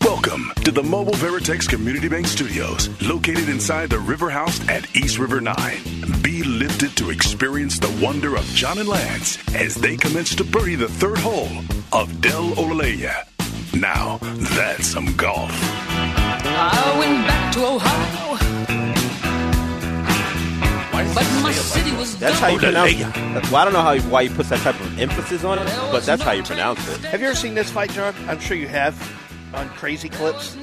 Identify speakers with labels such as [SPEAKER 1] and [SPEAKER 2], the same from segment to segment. [SPEAKER 1] to the Mobile Veritex Community Bank Studios, located inside the River House at East River 9. Be lifted to experience the wonder of John and Lance as they commence to birdie the third hole of Del Olaleya. Now, that's some golf.
[SPEAKER 2] I went back to Ohio, but my city was
[SPEAKER 3] That's how you
[SPEAKER 2] gone.
[SPEAKER 3] pronounce
[SPEAKER 1] Olaleya.
[SPEAKER 3] it. That's why I don't know how why you put that type of emphasis on it, but that's how you pronounce it.
[SPEAKER 4] Have you ever seen this fight, John? I'm sure you have on crazy clips.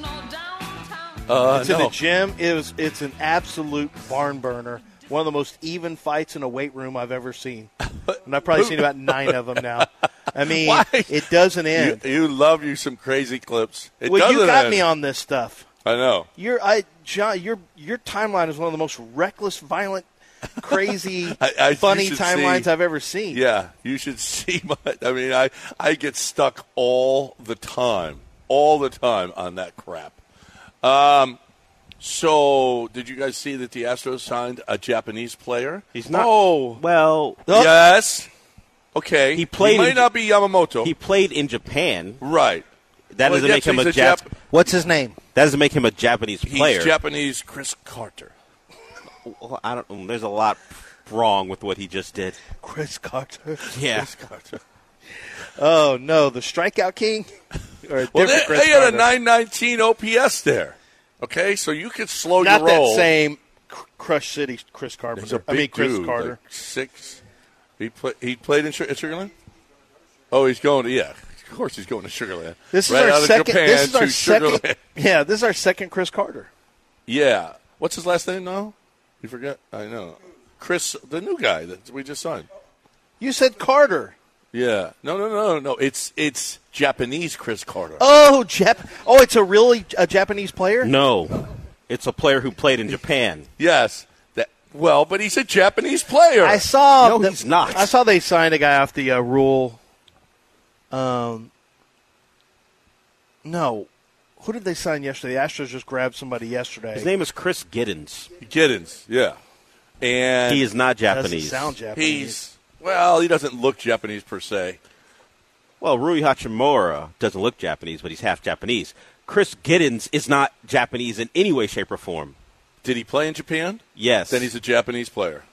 [SPEAKER 3] Uh,
[SPEAKER 4] It's in
[SPEAKER 3] no.
[SPEAKER 4] the gym. It was, it's an absolute barn burner. One of the most even fights in a weight room I've ever seen. And I've probably seen about nine of them now. I mean,
[SPEAKER 3] Why?
[SPEAKER 4] it doesn't
[SPEAKER 3] You,
[SPEAKER 4] end.
[SPEAKER 3] you love you some crazy clips. It
[SPEAKER 4] well, you
[SPEAKER 3] doesn't
[SPEAKER 4] got
[SPEAKER 3] end.
[SPEAKER 4] me on this stuff.
[SPEAKER 3] I know.
[SPEAKER 4] Your, I, John, your your timeline is one of the most reckless, violent, crazy,
[SPEAKER 3] I- I- you
[SPEAKER 4] funny
[SPEAKER 3] should
[SPEAKER 4] timelines
[SPEAKER 3] see.
[SPEAKER 4] I've ever seen.
[SPEAKER 3] Yeah, you should see my. I mean, I I get stuck all the time, all the time on that crap. Um, so did you guys see that the Astros signed a Japanese player?
[SPEAKER 5] He's not.
[SPEAKER 3] Oh,
[SPEAKER 5] Well,
[SPEAKER 3] yes. Okay,
[SPEAKER 5] He played
[SPEAKER 3] He might
[SPEAKER 5] in-
[SPEAKER 3] not be Yamamoto.
[SPEAKER 5] he played in Japan.
[SPEAKER 3] right.
[SPEAKER 5] That
[SPEAKER 3] Well,
[SPEAKER 5] doesn't
[SPEAKER 3] yes,
[SPEAKER 5] make him
[SPEAKER 3] he's
[SPEAKER 5] a,
[SPEAKER 3] a
[SPEAKER 5] Jap-
[SPEAKER 3] Jap-
[SPEAKER 4] What's his name?
[SPEAKER 5] That doesn't make him a Japanese
[SPEAKER 3] He's
[SPEAKER 5] player.
[SPEAKER 3] Japanese Chris Carter.
[SPEAKER 5] Well, I don't. mm, There's a lot wrong with what he just did.
[SPEAKER 4] Chris Carter.
[SPEAKER 5] Yeah.
[SPEAKER 3] Chris Carter.
[SPEAKER 4] Oh no, the strikeout king. Or a
[SPEAKER 3] Well,
[SPEAKER 4] different
[SPEAKER 3] they,
[SPEAKER 4] Chris
[SPEAKER 3] they had
[SPEAKER 4] Carter.
[SPEAKER 3] a 919 OPS there. Okay, so you could slow
[SPEAKER 4] Not
[SPEAKER 3] your
[SPEAKER 4] that
[SPEAKER 3] roll.
[SPEAKER 4] same cr- Crush City Chris Carpenter.
[SPEAKER 3] He's a big
[SPEAKER 4] I mean Chris
[SPEAKER 3] dude,
[SPEAKER 4] Carter.
[SPEAKER 3] like six. He play, He played in, Su- in Sugarland. Oh, he's going. to, Yeah, of course he's going to Sugarland.
[SPEAKER 4] this is
[SPEAKER 3] Right
[SPEAKER 4] our
[SPEAKER 3] out of
[SPEAKER 4] second.
[SPEAKER 3] Japan
[SPEAKER 4] this is
[SPEAKER 3] to
[SPEAKER 4] our second.
[SPEAKER 3] Sugarland.
[SPEAKER 4] Yeah, this is our second Chris Carter.
[SPEAKER 3] Yeah. What's his last name now? You forgot. I know. Chris, the new guy that we just signed.
[SPEAKER 4] You said Carter.
[SPEAKER 3] Yeah. No, no, no, no. It's it's Japanese Chris Carter.
[SPEAKER 4] Oh, Jap. Oh, it's a really a Japanese player.
[SPEAKER 5] No, it's a player who played in Japan.
[SPEAKER 3] Yes. That. Well, but he's a Japanese player.
[SPEAKER 4] I saw.
[SPEAKER 5] No,
[SPEAKER 4] that-
[SPEAKER 5] he's not.
[SPEAKER 4] I saw they signed a guy off the uh, rule. Um. No, who did they sign yesterday? The Astros just grabbed somebody yesterday.
[SPEAKER 5] His name is Chris Giddens.
[SPEAKER 3] Giddens. Yeah. And
[SPEAKER 5] He is not
[SPEAKER 4] doesn't
[SPEAKER 5] Japanese.
[SPEAKER 4] sound Japanese.
[SPEAKER 3] He's well. He doesn't look Japanese per se.
[SPEAKER 5] Well, Rui Hachimura doesn't look Japanese, but he's half Japanese. Chris Giddens is not Japanese in any way, shape, or form.
[SPEAKER 3] Did he play in Japan?
[SPEAKER 5] Yes.
[SPEAKER 3] Then he's a Japanese player.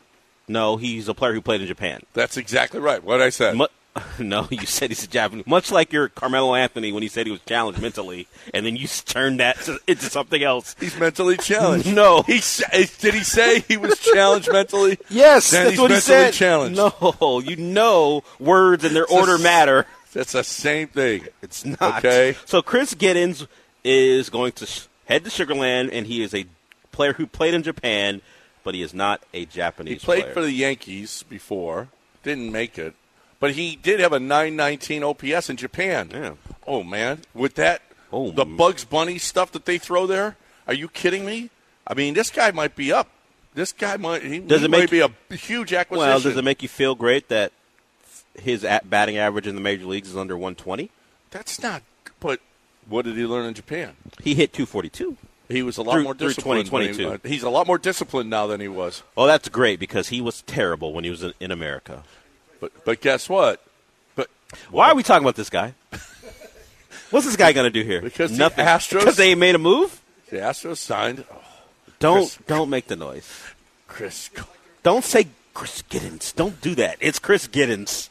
[SPEAKER 5] no, he's a player who played in Japan.
[SPEAKER 3] That's exactly right. What I said.
[SPEAKER 5] Mu- no, you said he's a Japanese. Much like your Carmelo Anthony when he said he was challenged mentally, and then you s- turned that to, into something else.
[SPEAKER 3] he's mentally challenged.
[SPEAKER 5] No.
[SPEAKER 3] He s- did he say he was challenged mentally?
[SPEAKER 5] Yes,
[SPEAKER 3] Then
[SPEAKER 5] that's
[SPEAKER 3] he's
[SPEAKER 5] what he
[SPEAKER 3] mentally
[SPEAKER 5] said.
[SPEAKER 3] challenged.
[SPEAKER 5] No, you know words and their
[SPEAKER 3] a
[SPEAKER 5] order
[SPEAKER 3] s-
[SPEAKER 5] matter.
[SPEAKER 3] That's the same thing.
[SPEAKER 5] It's not
[SPEAKER 3] Okay.
[SPEAKER 5] So Chris Giddens is going to sh- head to Sugarland, and he is a player who played in Japan, but he is not a Japanese.
[SPEAKER 3] He played
[SPEAKER 5] player.
[SPEAKER 3] for the Yankees before. Didn't make it, but he did have a 919 OPS in Japan.
[SPEAKER 5] Yeah.
[SPEAKER 3] Oh man, with that
[SPEAKER 5] Oh,
[SPEAKER 3] the
[SPEAKER 5] m-
[SPEAKER 3] Bugs Bunny stuff that they throw there. Are you kidding me? I mean, this guy might be up. This guy might. He,
[SPEAKER 5] Does
[SPEAKER 3] he
[SPEAKER 5] it make-
[SPEAKER 3] might be a huge acquisition.
[SPEAKER 5] Well, does it make you feel great that his at batting average in the major leagues is under 120?
[SPEAKER 3] That's not. But what did he learn in Japan?
[SPEAKER 5] He hit 242.
[SPEAKER 3] He was a lot
[SPEAKER 5] Through-
[SPEAKER 3] more
[SPEAKER 5] through
[SPEAKER 3] disciplined. when he-
[SPEAKER 5] 2022.
[SPEAKER 3] he's a lot more disciplined now than he was.
[SPEAKER 5] Oh, that's great because he was terrible when he was in, in America.
[SPEAKER 3] But but guess what? But
[SPEAKER 5] Why are we talking about this guy? What's this guy going to do here?
[SPEAKER 3] Because the
[SPEAKER 5] nothing.
[SPEAKER 3] Astros-
[SPEAKER 5] Because they made a move.
[SPEAKER 3] the Astros signed oh,
[SPEAKER 5] Don't
[SPEAKER 3] Chris-
[SPEAKER 5] don't make the noise.
[SPEAKER 3] Chris. Carter.
[SPEAKER 5] Don't say Chris Giddens. Don't do that. It's Chris Giddens.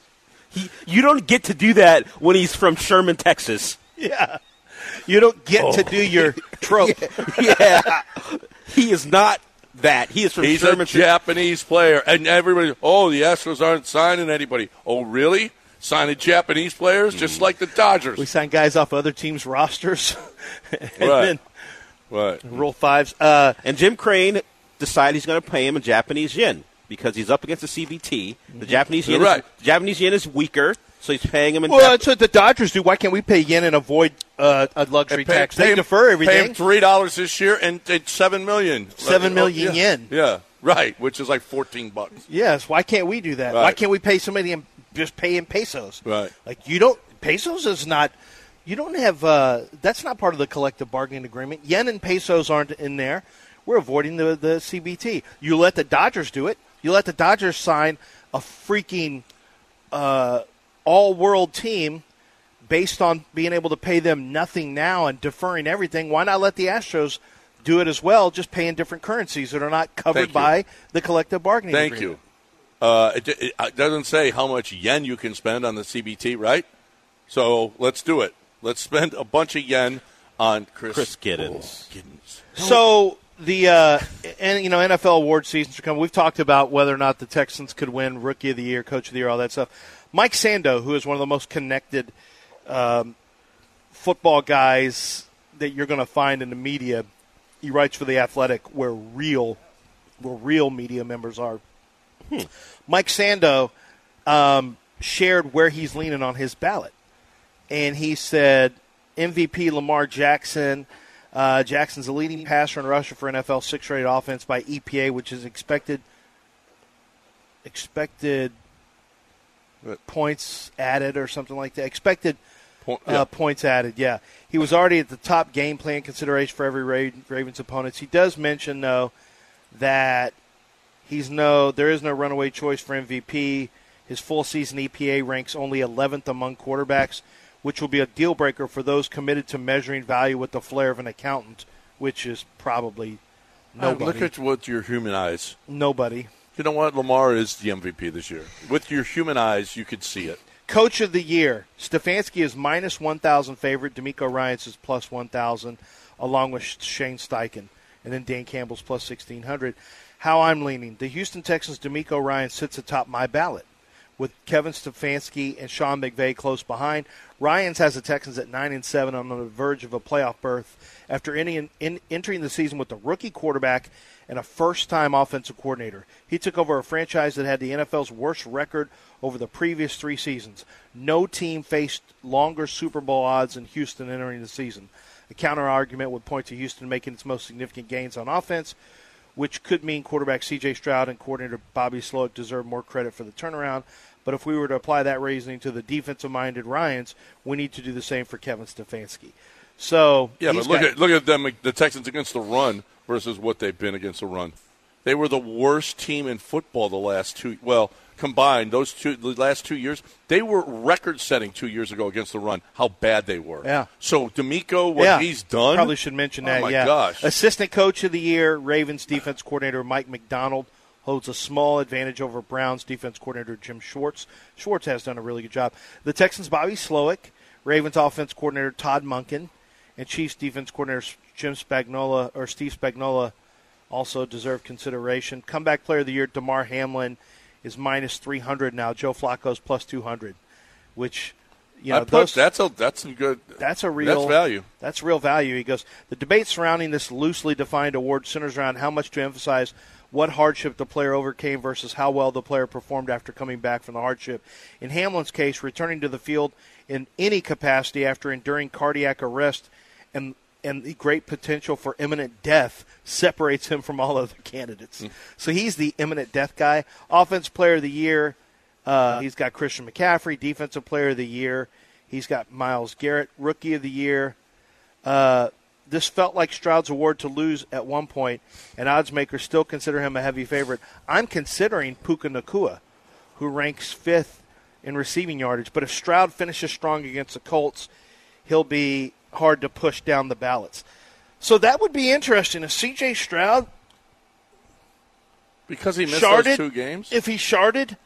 [SPEAKER 5] He, you don't get to do that when he's from Sherman, Texas.
[SPEAKER 4] Yeah. You don't get to
[SPEAKER 3] Oh.
[SPEAKER 4] do your trope.
[SPEAKER 5] Yeah, he is not that. He is from
[SPEAKER 3] He's
[SPEAKER 5] Sherman.
[SPEAKER 3] a Japanese player, and everybody. Oh, the Astros aren't signing anybody. Oh, really? Signing Japanese players, just like the Dodgers.
[SPEAKER 4] Mm. We sign guys off other teams' rosters and
[SPEAKER 3] Right.
[SPEAKER 4] then
[SPEAKER 3] Right.
[SPEAKER 4] roll fives. Uh,
[SPEAKER 5] And Jim Crane decided he's going to pay him in Japanese yen because he's up against the CBT. The Japanese yen,
[SPEAKER 3] Mhm. You're
[SPEAKER 5] is,
[SPEAKER 3] right.
[SPEAKER 5] Japanese yen is weaker, so he's paying him in.
[SPEAKER 4] well,
[SPEAKER 5] Jap-
[SPEAKER 4] that's what the Dodgers do. Why can't we pay yen and avoid uh, a luxury
[SPEAKER 3] Pay-
[SPEAKER 4] tax?
[SPEAKER 3] pay
[SPEAKER 4] They
[SPEAKER 3] him-
[SPEAKER 4] defer
[SPEAKER 3] Pay
[SPEAKER 4] everything.
[SPEAKER 3] him three dollars this year and, and seven million.
[SPEAKER 4] Seven
[SPEAKER 3] Oh,
[SPEAKER 4] million
[SPEAKER 3] yeah.
[SPEAKER 4] yen.
[SPEAKER 3] Yeah, right. Which is like fourteen bucks.
[SPEAKER 4] yes. Why can't we do that? Why
[SPEAKER 3] Right.
[SPEAKER 4] can't we pay somebody and just pay in pesos?
[SPEAKER 3] Right.
[SPEAKER 4] Like you don't pesos is not. You don't have. Uh, that's not part of the collective bargaining agreement. Yen and pesos aren't in there. We're avoiding the the CBT. You let the Dodgers do it. You let the Dodgers sign a freaking uh, all world team based on being able to pay them nothing now and deferring everything, why not let the Astros do it as well, just paying different currencies that are not
[SPEAKER 3] Thank
[SPEAKER 4] covered
[SPEAKER 3] you.
[SPEAKER 4] by the collective bargaining
[SPEAKER 3] Thank
[SPEAKER 4] agreement?
[SPEAKER 3] you. Uh, it, it, it doesn't say how much yen you can spend on the CBT, right? So let's do it. Let's spend a bunch of yen on Chris,
[SPEAKER 5] Chris Giddens.
[SPEAKER 3] Oh, Giddens.
[SPEAKER 4] So the uh, and you know NFL award seasons are coming. We've talked about whether or not the Texans could win Rookie of the Year, Coach of the Year, all that stuff. Mike Sando, who is one of the most connected um, football guys that you're going to find in the media, he writes for the Athletic, where real, where real media members are. Mike Sando um, shared where he's leaning on his ballot and he said MVP Lamar Jackson. Uh, Jackson's a leading passer and rusher for NFL six rated offense by EPA, which is expected expected
[SPEAKER 3] What?
[SPEAKER 4] points added or something like that. Expected
[SPEAKER 3] Point-
[SPEAKER 4] uh,
[SPEAKER 3] yeah.
[SPEAKER 4] points added. Yeah, he was already at the top game plan consideration for every Ra- Ravens opponents. He does mention though that he's no there is no runaway choice for MVP. His full season EPA ranks only 11th among quarterbacks, which will be a deal breaker for those committed to measuring value with the flair of an accountant, which is probably
[SPEAKER 3] And
[SPEAKER 4] nobody.
[SPEAKER 3] Look at what your human eyes.
[SPEAKER 4] nobody.
[SPEAKER 3] You know what? Lamar is the MVP this year. With your human eyes, you could see it.
[SPEAKER 4] Coach of the year. Stefanski is minus 1,000 favorite. D'Amico Ryans is plus 1,000, along with Shane Steichen. And then Dan Campbell's plus 1,600. How I'm leaning. The Houston Texans' D'Amico Ryan sits atop my ballot, with Kevin Stefanski and Sean McVay close behind. Ryans has the Texans at 9 and 7 on the verge of a playoff berth after ending, in, entering the season with a rookie quarterback and a first time offensive coordinator. He took over a franchise that had the NFL's worst record over the previous three seasons. No team faced longer Super Bowl odds than Houston entering the season. A counter argument would point to Houston making its most significant gains on offense, which could mean quarterback C.J. Stroud and coordinator Bobby Sloak deserve more credit for the turnaround. But if we were to apply that reasoning to the defensive-minded Ryans, we need to do the same for Kevin Stefanski. So
[SPEAKER 3] Yeah,
[SPEAKER 4] he's
[SPEAKER 3] but look
[SPEAKER 4] got-
[SPEAKER 3] at look at them. The Texans against the run versus what they've been against the run. They were the worst team in football the last two. Well, combined those two, the last two years, they were record-setting two years ago against the run. How bad they were.
[SPEAKER 4] Yeah.
[SPEAKER 3] So D'Amico, what he's done,
[SPEAKER 4] Probably should mention
[SPEAKER 3] Oh,
[SPEAKER 4] that.
[SPEAKER 3] my
[SPEAKER 4] yeah.
[SPEAKER 3] gosh.
[SPEAKER 4] Assistant coach of the year, Ravens defense coordinator Mike McDonald holds a small advantage over Browns defense coordinator Jim Schwartz. Schwartz has done a really good job. The Texans Bobby Slowick, Ravens offense coordinator Todd Munkin, and Chiefs defense coordinator Jim Spagnola or Steve Spagnola also deserve consideration. Comeback player of the year Damar Hamlin is minus 300 now. Joe Flacco's plus 200, which you know
[SPEAKER 3] I put-
[SPEAKER 4] those,
[SPEAKER 3] that's a that's a good
[SPEAKER 4] that's a real
[SPEAKER 3] that's value.
[SPEAKER 4] That's real value. He goes. The debate surrounding this loosely defined award centers around how much to emphasize what hardship the player overcame versus how well the player performed after coming back from the hardship. In Hamlin's case, returning to the field in any capacity after enduring cardiac arrest and and the great potential for imminent death separates him from all other candidates. So he's the imminent death guy. Offense player of the year, uh, he's got Christian McCaffrey, defensive player of the year. He's got Miles Garrett, rookie of the year. Uh, this felt like Stroud's award to lose at one point, and odds makers still consider him a heavy favorite. I'm considering Puka Nakua, who ranks fifth in receiving yardage. But if Stroud finishes strong against the Colts, he'll be hard to push down the ballots. So that would be interesting. If C.J. Stroud
[SPEAKER 3] because he missed
[SPEAKER 4] sharded,
[SPEAKER 3] those two games. Oh.
[SPEAKER 4] if he sharded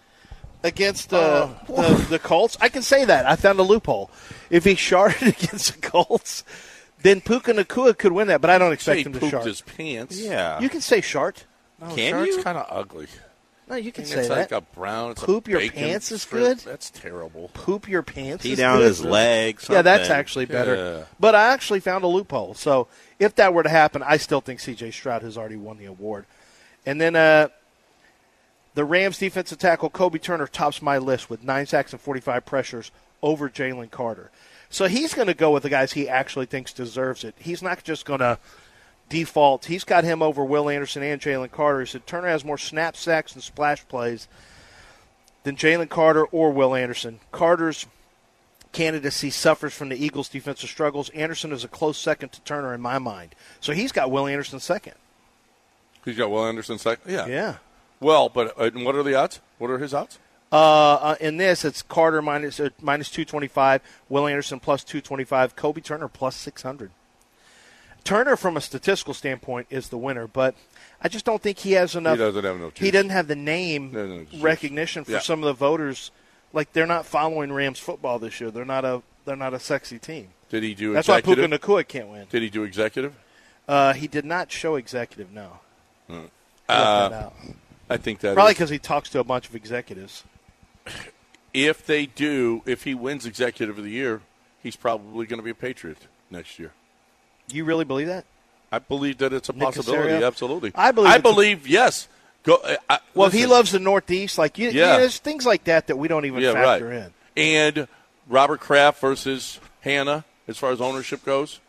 [SPEAKER 4] against uh, the, the Colts, I can say that. I found a loophole. If he sharded against the Colts, then Puka Nakua could win that, but I don't expect
[SPEAKER 3] he
[SPEAKER 4] him
[SPEAKER 3] pooped
[SPEAKER 4] to shard.
[SPEAKER 3] his pants.
[SPEAKER 5] Yeah.
[SPEAKER 4] You can say shart.
[SPEAKER 3] no,
[SPEAKER 5] Can
[SPEAKER 3] shard's
[SPEAKER 5] you?
[SPEAKER 3] kind of ugly.
[SPEAKER 4] No, you can
[SPEAKER 3] It's
[SPEAKER 4] say
[SPEAKER 3] like
[SPEAKER 4] that.
[SPEAKER 3] a brown. It's a
[SPEAKER 4] Poop your
[SPEAKER 3] bacon
[SPEAKER 4] pants is
[SPEAKER 3] strip.
[SPEAKER 4] good?
[SPEAKER 3] That's terrible.
[SPEAKER 4] Poop your pants.
[SPEAKER 5] Pee
[SPEAKER 4] is
[SPEAKER 5] down
[SPEAKER 4] good.
[SPEAKER 5] his leg,
[SPEAKER 4] Yeah, that's
[SPEAKER 5] something.
[SPEAKER 4] actually better.
[SPEAKER 3] Yeah.
[SPEAKER 4] But I actually found a loophole. So if that were to happen, I still think C.J. Stroud has already won the award. And then uh, the Rams defensive tackle Kobe Turner tops my list with nine sacks and 45 pressures over Jalen Carter. So he's going to go with the guys he actually thinks deserves it. He's not just going to default. He's got him over Will Anderson and Jalen Carter. He said Turner has more snap sacks and splash plays than Jalen Carter or Will Anderson. Carter's candidacy suffers from the Eagles' defensive struggles. Anderson is a close second to Turner in my mind. So he's got Will Anderson second.
[SPEAKER 3] He's got Will Anderson second. Yeah.
[SPEAKER 4] Yeah.
[SPEAKER 3] Well, but uh, and what are the odds? What are his odds?
[SPEAKER 4] Uh, uh, in this, it's Carter minus, uh, minus 225, Will Anderson plus 225, Kobe Turner plus 600. Turner, from a statistical standpoint, is the winner, but I just don't think he has enough.
[SPEAKER 3] doesn't have enough
[SPEAKER 4] He
[SPEAKER 3] juice.
[SPEAKER 4] doesn't have the name
[SPEAKER 3] No, no, juice.
[SPEAKER 4] recognition for
[SPEAKER 3] Yeah.
[SPEAKER 4] some of the voters. Like they're not following Rams football this year. They're not a they're not a sexy team.
[SPEAKER 3] Did he do
[SPEAKER 4] That's why Puka
[SPEAKER 3] executive?
[SPEAKER 4] Nakua can't win.
[SPEAKER 3] Did he do executive?
[SPEAKER 4] Uh, he did not show executive. No, I left
[SPEAKER 3] Hmm. Uh,
[SPEAKER 4] that out.
[SPEAKER 3] I think that
[SPEAKER 4] probably
[SPEAKER 3] is-
[SPEAKER 4] because he talks to a bunch of executives.
[SPEAKER 3] if they do, if he wins executive of the year, he's probably going to be a Patriot next year.
[SPEAKER 4] You really believe that?
[SPEAKER 3] I believe that it's a
[SPEAKER 4] Nick
[SPEAKER 3] possibility.
[SPEAKER 4] Casario?
[SPEAKER 3] Absolutely.
[SPEAKER 4] I believe
[SPEAKER 3] I
[SPEAKER 4] it's a-
[SPEAKER 3] believe yes. Go. I, I,
[SPEAKER 4] Well, if
[SPEAKER 3] listen,
[SPEAKER 4] he loves the Northeast, like you,
[SPEAKER 3] Yeah.
[SPEAKER 4] you know, there's things like that that we don't even
[SPEAKER 3] Yeah,
[SPEAKER 4] factor
[SPEAKER 3] right.
[SPEAKER 4] in.
[SPEAKER 3] And Robert Kraft versus Hannah, as far as ownership goes.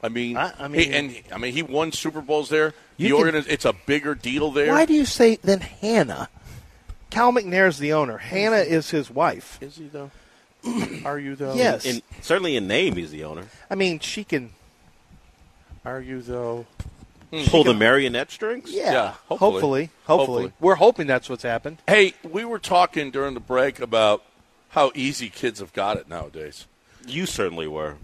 [SPEAKER 3] I mean,
[SPEAKER 4] I- I
[SPEAKER 3] he-
[SPEAKER 4] mean-
[SPEAKER 3] and I mean, he won Super Bowls there.
[SPEAKER 4] You
[SPEAKER 3] the
[SPEAKER 4] can-
[SPEAKER 3] organiz- it's a bigger deal there.
[SPEAKER 4] Why do you say then Hannah? Cal McNair's the owner. Hannah is his wife.
[SPEAKER 3] Is he though? Are you though?
[SPEAKER 4] Yes.
[SPEAKER 5] In, certainly in name, he's the owner.
[SPEAKER 4] I mean, she can.
[SPEAKER 3] Are you though? Hmm.
[SPEAKER 5] Pull the marionette strings?
[SPEAKER 4] Yeah.
[SPEAKER 3] Yeah,
[SPEAKER 4] hopefully.
[SPEAKER 3] hopefully.
[SPEAKER 4] Hopefully.
[SPEAKER 3] Hopefully.
[SPEAKER 4] We're hoping that's what's happened.
[SPEAKER 3] Hey, we were talking during the break about how easy kids have got it nowadays.
[SPEAKER 5] You certainly were.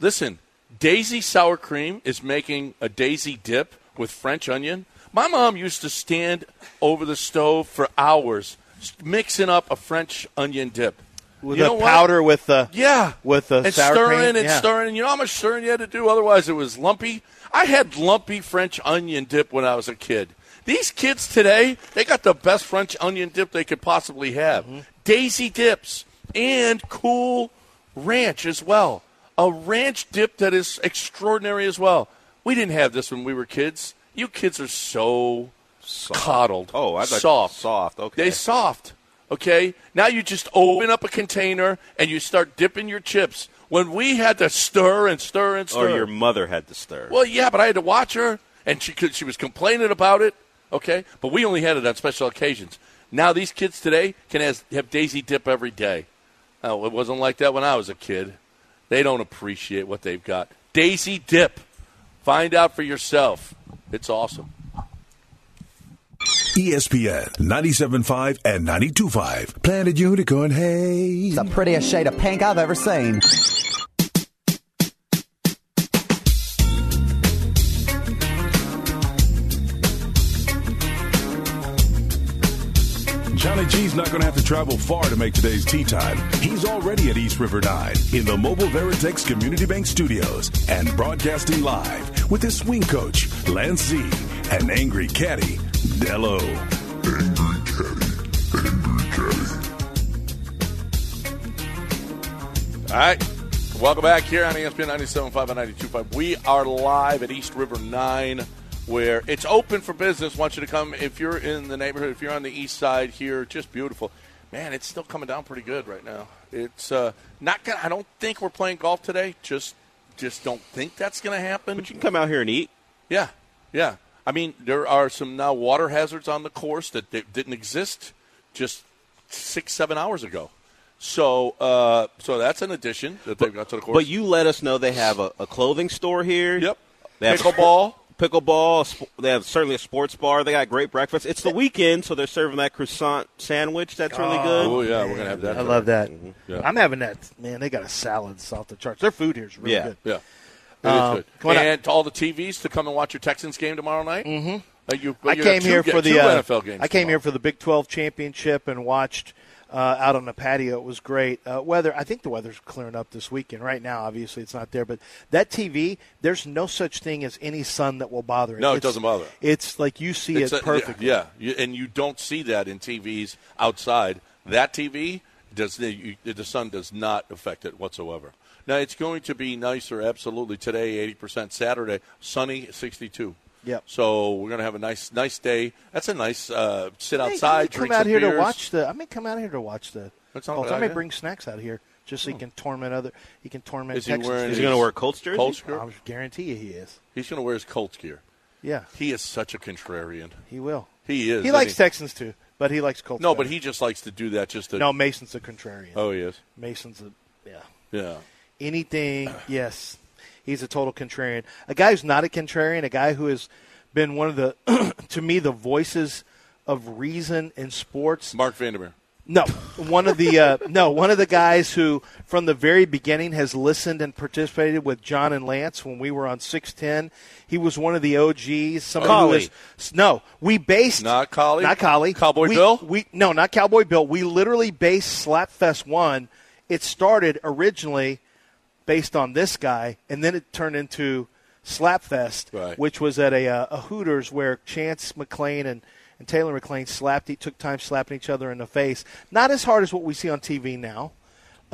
[SPEAKER 3] Listen, Daisy sour cream is making a daisy dip with French onion. My mom used to stand over the stove for hours s- mixing up a French onion dip.
[SPEAKER 4] With
[SPEAKER 3] You
[SPEAKER 4] the
[SPEAKER 3] know what?
[SPEAKER 4] powder with the
[SPEAKER 3] Yeah,
[SPEAKER 4] with the
[SPEAKER 3] and
[SPEAKER 4] sour
[SPEAKER 3] stirring
[SPEAKER 4] cream.
[SPEAKER 3] and
[SPEAKER 4] yeah.
[SPEAKER 3] stirring. You know how much stirring you had to do, otherwise it was lumpy. I had lumpy French onion dip when I was a kid. These kids today, they got the best French onion dip they could possibly have. Daisy dips and cool ranch as well. A ranch dip that is extraordinary as well. We didn't have this when we were kids. You kids are so coddled.
[SPEAKER 5] Oh, I thought-
[SPEAKER 3] soft,
[SPEAKER 5] soft, okay.
[SPEAKER 3] They soft. Okay? Now you just open up a container and you start dipping your chips. When we had to stir and stir and
[SPEAKER 5] Or
[SPEAKER 3] stir.
[SPEAKER 5] your mother had to stir.
[SPEAKER 3] well, yeah, but I had to watch her and she could, she was complaining about it. Okay? But we only had it on special occasions. Now these kids today can has, have daisy dip every day. Oh, it wasn't like that when I was a kid. They don't appreciate what they've got. Daisy dip. Find out for yourself. It's awesome.
[SPEAKER 1] E ESPN 97.5 and 92.5. Planet Unicorn, hey.
[SPEAKER 6] The prettiest shade of pink I've ever seen.
[SPEAKER 1] Johnny G's not going to have to travel far to make today's tea time. He's already at East River 9 in the Mobile Veritex Community Bank Studios and broadcasting live with his swing coach, Lance Z, and angry caddy, Dello.
[SPEAKER 3] All right. Welcome back here on E ESPN 97.5 and 92.5. We are live at East River 9, where it's open for business. want you to come if you're in the neighborhood, if you're on the east side here. Just beautiful. Man, it's still coming down pretty good right now. It's uh, not going to, I don't think we're playing golf today. Just just don't think that's going to happen.
[SPEAKER 5] But you can come out here and eat.
[SPEAKER 3] Yeah, yeah. I mean, there are some now water hazards on the course that di- didn't exist just six, seven hours ago. So, uh, so that's an addition that they've got to the course.
[SPEAKER 5] But you let us know they have a, a clothing store here.
[SPEAKER 3] yep,
[SPEAKER 5] They have
[SPEAKER 3] pickleball.
[SPEAKER 5] Pickleball. sp- They have certainly a sports bar. They got great breakfast. It's the weekend, so they're serving that croissant sandwich. That's really good.
[SPEAKER 3] Oh yeah, we're gonna have that.
[SPEAKER 4] I love that.
[SPEAKER 3] Yeah.
[SPEAKER 4] I'm having that. Man, they got a salad that's off the charts. Their food here is really
[SPEAKER 5] Yeah.
[SPEAKER 4] good.
[SPEAKER 3] Yeah, It is
[SPEAKER 4] Um,
[SPEAKER 3] good.
[SPEAKER 4] come on
[SPEAKER 3] and to all the TVs to come and watch your Texans game tomorrow night. Mm-hmm. you,
[SPEAKER 4] I
[SPEAKER 3] you got
[SPEAKER 4] came
[SPEAKER 3] two
[SPEAKER 4] here
[SPEAKER 3] ga-
[SPEAKER 4] for
[SPEAKER 3] two
[SPEAKER 4] the uh,
[SPEAKER 3] NFL games.
[SPEAKER 4] I came here
[SPEAKER 3] tomorrow.
[SPEAKER 4] for the Big 12 championship and watched uh, out on the patio. It was great. Uh, weather, I think the weather's clearing up this weekend. Right now, obviously, it's not there, but that TV, there's no such thing as any sun that will bother it.
[SPEAKER 3] No, it
[SPEAKER 4] It's-
[SPEAKER 3] doesn't bother.
[SPEAKER 4] It's like you see
[SPEAKER 3] It's
[SPEAKER 4] it
[SPEAKER 3] a-
[SPEAKER 4] perfectly.
[SPEAKER 3] Yeah, You- and you don't see that in TVs outside. That TV does the, you, the sun does not affect it whatsoever. Now it's going to be nicer, absolutely. Today, eighty percent. Saturday, sunny, sixty-two.
[SPEAKER 4] Yep.
[SPEAKER 3] So we're gonna have a nice, nice day. That's a nice uh, sit
[SPEAKER 4] I may- I may
[SPEAKER 3] outside.
[SPEAKER 4] come
[SPEAKER 3] drink
[SPEAKER 4] out
[SPEAKER 3] some
[SPEAKER 4] here to
[SPEAKER 3] beers.
[SPEAKER 4] watch the. I may come out here to watch the.
[SPEAKER 3] That's not a
[SPEAKER 4] Colts.
[SPEAKER 3] bad
[SPEAKER 4] I may
[SPEAKER 3] idea.
[SPEAKER 4] bring snacks out here just so he can torment other. He can torment.
[SPEAKER 3] Is he
[SPEAKER 4] Texans
[SPEAKER 3] wearing?
[SPEAKER 5] Is
[SPEAKER 4] fans.
[SPEAKER 5] he gonna wear a Colts jersey?
[SPEAKER 3] Colts
[SPEAKER 4] I
[SPEAKER 3] gear.
[SPEAKER 4] guarantee you he is.
[SPEAKER 3] He's gonna wear his Colts gear.
[SPEAKER 4] Yeah,
[SPEAKER 3] He is such a contrarian.
[SPEAKER 4] he will.
[SPEAKER 3] He is.
[SPEAKER 4] He
[SPEAKER 3] isn't
[SPEAKER 4] likes Texans too, but he likes Colts.
[SPEAKER 3] No,
[SPEAKER 4] better.
[SPEAKER 3] but he just likes to do that. Just to.
[SPEAKER 4] No, Mason's a contrarian.
[SPEAKER 3] Oh, he is.
[SPEAKER 4] Mason's a yeah.
[SPEAKER 3] Yeah.
[SPEAKER 4] Anything, yes. He's a total contrarian. A guy who's not a contrarian, a guy who has been one of the to me the voices of reason in sports.
[SPEAKER 3] Mark Vandermeer.
[SPEAKER 4] No, one of the uh, no one of the guys who from the very beginning has listened and participated with John and Lance when we were on six ten. He was one of the OGs. Somebody who
[SPEAKER 5] Collie.
[SPEAKER 4] was- no, we based
[SPEAKER 3] Not Collie?
[SPEAKER 4] not Collie,
[SPEAKER 3] Cowboy
[SPEAKER 4] We-
[SPEAKER 3] Bill?
[SPEAKER 4] We no, not Cowboy Bill. We literally based Slapfest one. It started originally based on this guy, and then it turned into Slapfest,
[SPEAKER 3] Right.
[SPEAKER 4] which was at a, uh, a Hooters where Chance McLean and, and Taylor McLean slapped, e- took time slapping each other in the face. Not as hard as what we see on TV now,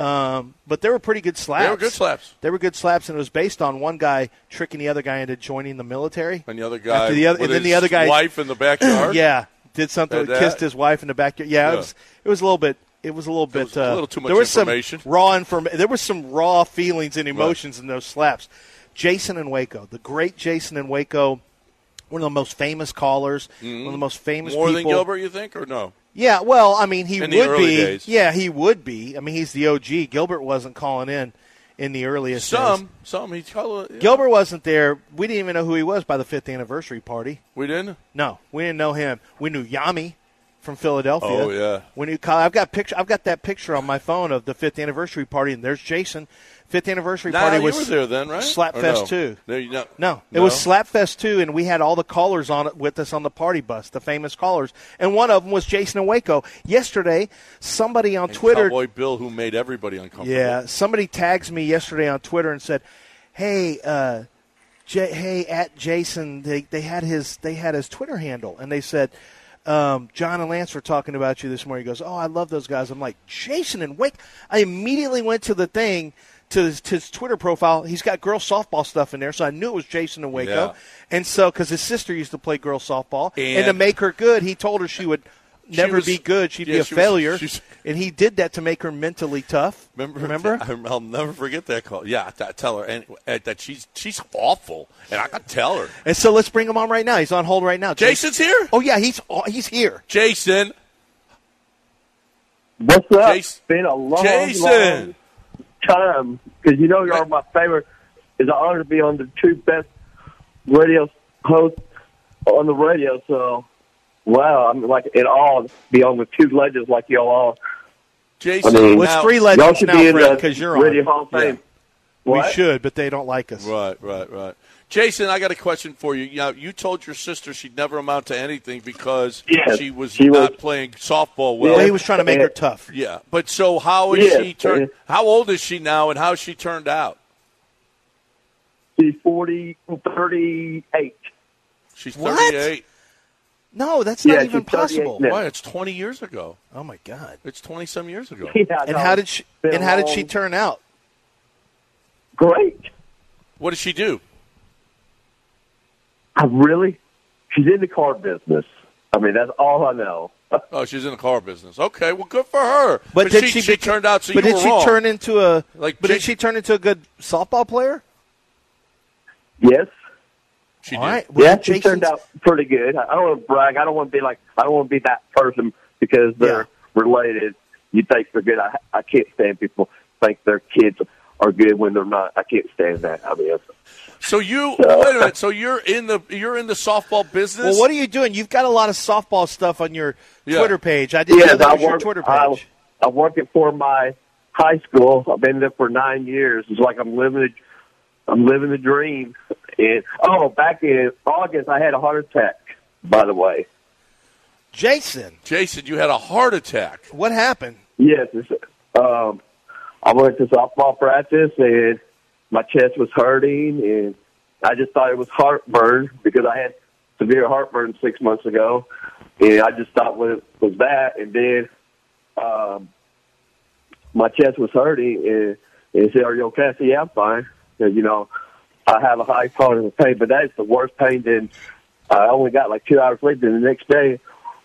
[SPEAKER 4] um, but they were pretty good slaps.
[SPEAKER 3] They were good slaps.
[SPEAKER 4] They were good slaps, and it was based on one guy tricking the other guy into joining the military.
[SPEAKER 3] And the other guy,
[SPEAKER 4] After the other,
[SPEAKER 3] with
[SPEAKER 4] and then the
[SPEAKER 3] his
[SPEAKER 4] other guy,
[SPEAKER 3] wife in the backyard.
[SPEAKER 4] yeah, did something,
[SPEAKER 3] Did that?
[SPEAKER 4] kissed his wife in the backyard. Yeah,
[SPEAKER 3] Yeah.
[SPEAKER 4] it was it was a little bit. It was a little bit.
[SPEAKER 3] was a
[SPEAKER 4] uh,
[SPEAKER 3] little too much
[SPEAKER 4] there was
[SPEAKER 3] information.
[SPEAKER 4] Some raw information. There was some raw feelings and emotions in those slaps. Jason and Waco, the great Jason and Waco, one of the most famous callers, one of the most famous
[SPEAKER 3] Mm-hmm. more
[SPEAKER 4] people.
[SPEAKER 3] than Gilbert, you think, or no?
[SPEAKER 4] Yeah, well, I mean, he
[SPEAKER 3] In
[SPEAKER 4] would
[SPEAKER 3] the early
[SPEAKER 4] be.
[SPEAKER 3] days.
[SPEAKER 4] Yeah, he would be. I mean, he's the OG. Gilbert wasn't calling in in the earliest.
[SPEAKER 3] Some,
[SPEAKER 4] days.
[SPEAKER 3] some. He called it.
[SPEAKER 4] Gilbert wasn't there. We didn't even know who he was by the fifth anniversary party.
[SPEAKER 3] We didn't.
[SPEAKER 4] No, we didn't know him. We knew Yami from Philadelphia.
[SPEAKER 3] Oh, yeah.
[SPEAKER 4] We knew Kyle. I've got picture. I've got that picture on my phone of the fifth anniversary party, and there's Jason. Fifth anniversary
[SPEAKER 3] Nah,
[SPEAKER 4] party
[SPEAKER 3] you
[SPEAKER 4] was
[SPEAKER 3] were there then, right? Or
[SPEAKER 4] Slapfest
[SPEAKER 3] no?
[SPEAKER 4] two.
[SPEAKER 3] No, you not-
[SPEAKER 4] No, it was Slapfest two, and we had all the callers on it with us on the party bus, the famous callers, and one of them was Jason and Waco. Yesterday, somebody on
[SPEAKER 3] And
[SPEAKER 4] Twitter
[SPEAKER 3] Cowboy Bill, who made everybody uncomfortable.
[SPEAKER 4] yeah, somebody tags me yesterday on Twitter and said, "Hey, uh, J- hey, at Jason, they, they had his they had his Twitter handle, and they said." Um, John and Lance were talking about you this morning. He goes, "Oh, I love those guys." I'm like, "Jason and Wake." I immediately went to the thing, to his, to his Twitter profile. He's got girl softball stuff in there, so I knew it was Jason and Waco.
[SPEAKER 3] Yeah.
[SPEAKER 4] And so, because his sister used to play girl softball, and,
[SPEAKER 3] And-
[SPEAKER 4] to make her good, he told her she would never
[SPEAKER 3] was-
[SPEAKER 4] be good. She'd
[SPEAKER 3] yeah,
[SPEAKER 4] be a
[SPEAKER 3] she was-
[SPEAKER 4] failure.
[SPEAKER 3] she's-
[SPEAKER 4] and he did that to make her mentally tough.
[SPEAKER 3] Remember?
[SPEAKER 4] Remember?
[SPEAKER 3] I, will never forget that call. Yeah, I, I tell her and, and that she's she's awful, and I can tell her.
[SPEAKER 4] and so let's bring him on right now. He's on hold right now.
[SPEAKER 3] Jason's here.
[SPEAKER 4] Oh yeah, he's oh, he's here.
[SPEAKER 3] Jason,
[SPEAKER 7] What's up?
[SPEAKER 3] Jason.
[SPEAKER 7] It's been a long,
[SPEAKER 3] Jason.
[SPEAKER 7] long time because you know you're my favorite. It's an honor to be on the two best radio hosts on the radio. So, wow, I'm like in awe to be on with two legends like y'all
[SPEAKER 3] Jason.
[SPEAKER 7] I mean-
[SPEAKER 4] Well,
[SPEAKER 3] now,
[SPEAKER 4] it's three
[SPEAKER 7] are. Y'all
[SPEAKER 4] legends
[SPEAKER 7] should
[SPEAKER 4] now,
[SPEAKER 7] be in
[SPEAKER 4] Fred,
[SPEAKER 7] the
[SPEAKER 4] because you're on.
[SPEAKER 7] Radio Hall of Fame.
[SPEAKER 4] we
[SPEAKER 7] What?
[SPEAKER 4] should, but they don't like us.
[SPEAKER 3] Right, right, right. Jason, I got a question for you. Now, you told your sister she'd never amount to anything because
[SPEAKER 7] Yes,
[SPEAKER 3] she was
[SPEAKER 7] she
[SPEAKER 3] not
[SPEAKER 7] was-
[SPEAKER 3] playing softball well.
[SPEAKER 4] Well, Oh, he was trying to make her tough.
[SPEAKER 3] Yeah, but so how is
[SPEAKER 7] Yes,
[SPEAKER 3] she turned? How old is she now, and how she turned out?
[SPEAKER 7] She's 40, 38.
[SPEAKER 3] She's
[SPEAKER 4] What?
[SPEAKER 3] thirty-eight.
[SPEAKER 4] No, that's
[SPEAKER 7] Yeah,
[SPEAKER 4] not
[SPEAKER 7] she's
[SPEAKER 4] even
[SPEAKER 7] 38
[SPEAKER 4] possible.
[SPEAKER 7] now.
[SPEAKER 3] Why? It's twenty years ago.
[SPEAKER 4] Oh my god.
[SPEAKER 3] It's twenty some years ago.
[SPEAKER 7] Yeah, I
[SPEAKER 4] And
[SPEAKER 7] know.
[SPEAKER 4] how did she?
[SPEAKER 7] Been a
[SPEAKER 4] And how did
[SPEAKER 7] long-
[SPEAKER 4] she turn out?
[SPEAKER 7] Great.
[SPEAKER 3] What does she do?
[SPEAKER 7] I really. She's in the car business. I mean, that's all I know.
[SPEAKER 3] Oh, she's in the car business. Okay, well, good for her.
[SPEAKER 4] But, did
[SPEAKER 3] she,
[SPEAKER 4] she?
[SPEAKER 3] she
[SPEAKER 4] bec-
[SPEAKER 3] turned out. So
[SPEAKER 4] but
[SPEAKER 3] you
[SPEAKER 4] did
[SPEAKER 3] were
[SPEAKER 4] she
[SPEAKER 3] wrong.
[SPEAKER 4] turn into a?
[SPEAKER 3] Like
[SPEAKER 4] but
[SPEAKER 3] Jake-
[SPEAKER 4] did she turn into a good softball player?
[SPEAKER 7] Yes.
[SPEAKER 3] She
[SPEAKER 4] All
[SPEAKER 3] did.
[SPEAKER 4] right.
[SPEAKER 7] yeah,
[SPEAKER 4] Wasn't
[SPEAKER 7] she turned
[SPEAKER 4] Jason's-
[SPEAKER 7] out pretty good. I I don't want to brag. I don't want to be like I don't want to be that person because they're related. You think they're good. I I can't stand people think their kids are good when they're not. I can't stand that. I mean, it's-
[SPEAKER 3] So you wait a minute. So you're in the you're in the softball business.
[SPEAKER 4] Well, what are you doing? You've got a lot of softball stuff on your
[SPEAKER 3] Yeah.
[SPEAKER 4] Twitter page. I didn't know
[SPEAKER 7] yes,
[SPEAKER 4] that
[SPEAKER 7] I
[SPEAKER 4] was your
[SPEAKER 7] work.
[SPEAKER 4] Twitter page.
[SPEAKER 7] I, I work it for my high school. I've been there for nine years. It's like I'm living. The, I'm living the dream. And oh, back in August, I had a heart attack. By the way,
[SPEAKER 4] Jason,
[SPEAKER 3] Jason? You had a heart attack.
[SPEAKER 4] what happened?
[SPEAKER 7] Yes. It's, um, I went to softball practice and my chest was hurting and I just thought it was heartburn because I had severe heartburn six months ago. And I just thought it was that. And then, um, my chest was hurting and, and he said, are you okay? I said, yeah, I'm fine. And, you know, I have a high tolerance of pain, but that is the worst pain. Then I only got like two hours sleep. Then the next day,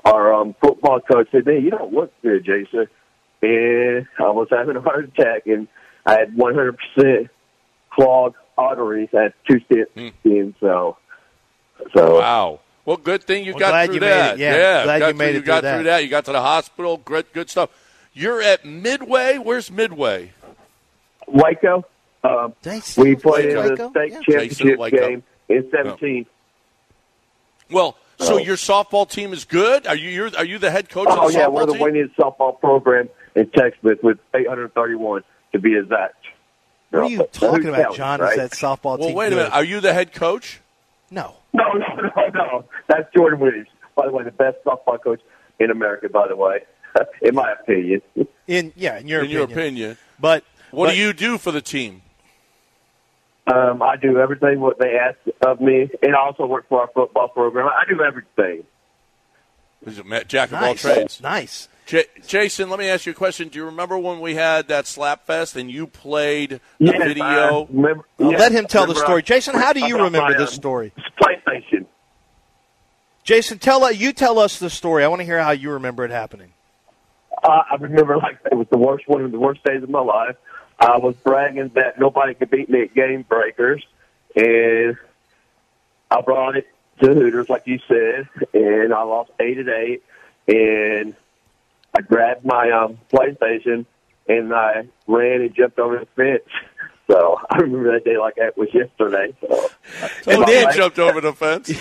[SPEAKER 7] our um, football coach said, "Man, you don't look good, Jason." And I was having a heart attack, and I had 100 percent clogged arteries. I had two stents in, so so
[SPEAKER 3] Wow. Well, good thing you
[SPEAKER 4] Well,
[SPEAKER 3] got
[SPEAKER 4] glad
[SPEAKER 3] through
[SPEAKER 4] you made
[SPEAKER 3] that.
[SPEAKER 4] it. Yeah, glad
[SPEAKER 3] got
[SPEAKER 4] you made
[SPEAKER 3] through-
[SPEAKER 4] it
[SPEAKER 3] You got
[SPEAKER 4] through
[SPEAKER 3] through
[SPEAKER 4] that.
[SPEAKER 3] that. You got to the hospital. Good, good stuff. You're at Midway. Where's Midway?
[SPEAKER 7] Waco. Um,
[SPEAKER 4] Jason,
[SPEAKER 7] we played in
[SPEAKER 4] Waco?
[SPEAKER 7] the state
[SPEAKER 4] Yeah.
[SPEAKER 7] championship
[SPEAKER 3] Jason Waco.
[SPEAKER 7] game in 17.
[SPEAKER 3] Well,
[SPEAKER 4] Oh.
[SPEAKER 3] So your softball team is good. Are you you're, are you the head coach? of
[SPEAKER 7] Oh
[SPEAKER 3] the
[SPEAKER 7] yeah,
[SPEAKER 3] softball
[SPEAKER 7] we're the
[SPEAKER 3] team?
[SPEAKER 7] winning softball program in Texas with 831 to be exact.
[SPEAKER 4] What are you
[SPEAKER 7] But
[SPEAKER 4] talking
[SPEAKER 7] who
[SPEAKER 4] about,
[SPEAKER 7] counts,
[SPEAKER 4] John?
[SPEAKER 7] right?
[SPEAKER 4] Is that softball
[SPEAKER 3] Well,
[SPEAKER 4] team?
[SPEAKER 3] wait a
[SPEAKER 4] good?
[SPEAKER 3] minute. Are you the head coach?
[SPEAKER 4] No.
[SPEAKER 7] No, no, no, no. That's Jordan Williams. By the way, the best softball coach in America. By the way, in my opinion.
[SPEAKER 4] In yeah, in your
[SPEAKER 3] In
[SPEAKER 4] opinion.
[SPEAKER 3] your opinion,
[SPEAKER 4] But
[SPEAKER 3] what
[SPEAKER 4] but
[SPEAKER 3] do you do for the team?
[SPEAKER 7] Um, I do everything what they ask of me, and I also work for our football program. I do everything.
[SPEAKER 3] He's a ma- jack of all
[SPEAKER 4] nice,
[SPEAKER 3] trades.
[SPEAKER 4] Nice.
[SPEAKER 3] J- Jason, let me ask you a question. Do you remember when we had that slap fest and you played the
[SPEAKER 7] Yes, I
[SPEAKER 3] video?
[SPEAKER 7] remember-
[SPEAKER 4] I'll
[SPEAKER 7] yes,
[SPEAKER 4] Uh, let him tell the
[SPEAKER 7] remember
[SPEAKER 4] story.
[SPEAKER 7] I-
[SPEAKER 4] Jason, how do you
[SPEAKER 7] I got
[SPEAKER 4] remember
[SPEAKER 7] my,
[SPEAKER 4] this
[SPEAKER 7] um,
[SPEAKER 4] story?
[SPEAKER 7] PlayStation.
[SPEAKER 4] Jason, tell uh, you tell us the story. I want to hear how you remember it happening.
[SPEAKER 7] Uh, I remember like it was the worst one of the worst days of my life. I was bragging that nobody could beat me at Game Breakers, and I brought it to Hooters, like you said, and I lost eight at eight. And I grabbed my um, PlayStation and I ran and jumped over the fence. So I remember that day like that was yesterday. So.
[SPEAKER 3] And
[SPEAKER 7] then-
[SPEAKER 3] Oh, jumped over the fence.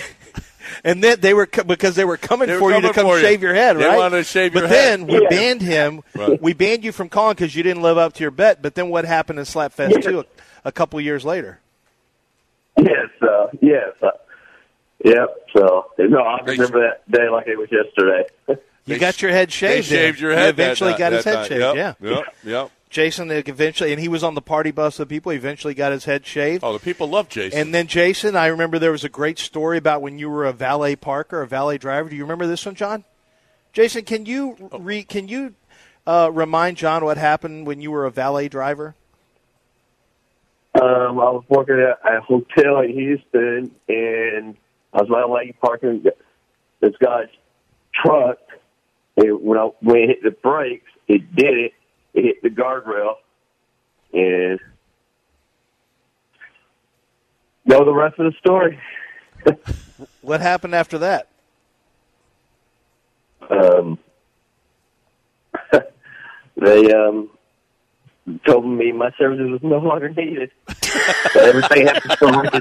[SPEAKER 4] And then they were co- because they were coming
[SPEAKER 3] They were
[SPEAKER 4] for you to
[SPEAKER 3] coming
[SPEAKER 4] come
[SPEAKER 3] for you.
[SPEAKER 4] shave your head,
[SPEAKER 3] They
[SPEAKER 4] right?
[SPEAKER 3] wanted to shave
[SPEAKER 4] but
[SPEAKER 3] your
[SPEAKER 4] then we
[SPEAKER 7] Yeah.
[SPEAKER 4] banned him.
[SPEAKER 3] Right.
[SPEAKER 4] We banned you from calling because you didn't live up to your bet. But then what happened in Slapfest
[SPEAKER 7] Yeah.
[SPEAKER 4] two a, a couple years later?
[SPEAKER 7] Yes, uh, yes, uh, yep. So no, I
[SPEAKER 3] They-
[SPEAKER 7] remember that day like it was yesterday.
[SPEAKER 4] You
[SPEAKER 3] They
[SPEAKER 4] got
[SPEAKER 3] sh-
[SPEAKER 4] your head
[SPEAKER 3] They
[SPEAKER 4] shaved. then.
[SPEAKER 3] shaved your
[SPEAKER 4] You
[SPEAKER 3] head. that
[SPEAKER 4] eventually
[SPEAKER 3] night-
[SPEAKER 4] got his
[SPEAKER 3] that
[SPEAKER 4] head
[SPEAKER 3] night.
[SPEAKER 4] shaved.
[SPEAKER 3] Yep,
[SPEAKER 4] Yeah.
[SPEAKER 3] Yep. Yep.
[SPEAKER 4] Jason like, eventually, and he was on the party bus of people. Eventually, got his head shaved.
[SPEAKER 3] Oh, the people love Jason.
[SPEAKER 4] And then Jason, I remember there was a great story about when you were a valet parker, a valet driver. Do you remember this one, John? Jason, can you
[SPEAKER 3] Oh.
[SPEAKER 4] re- can you uh, remind John what happened when you were a valet driver?
[SPEAKER 7] Um, I was working at a hotel in Houston, and I was valet parking this guy's truck. And when I when it hit the brakes, it did it. It hit the guardrail, and know the rest of the story.
[SPEAKER 4] What happened after that?
[SPEAKER 7] um, they um, told me my services was no longer needed. So everything had to surrender.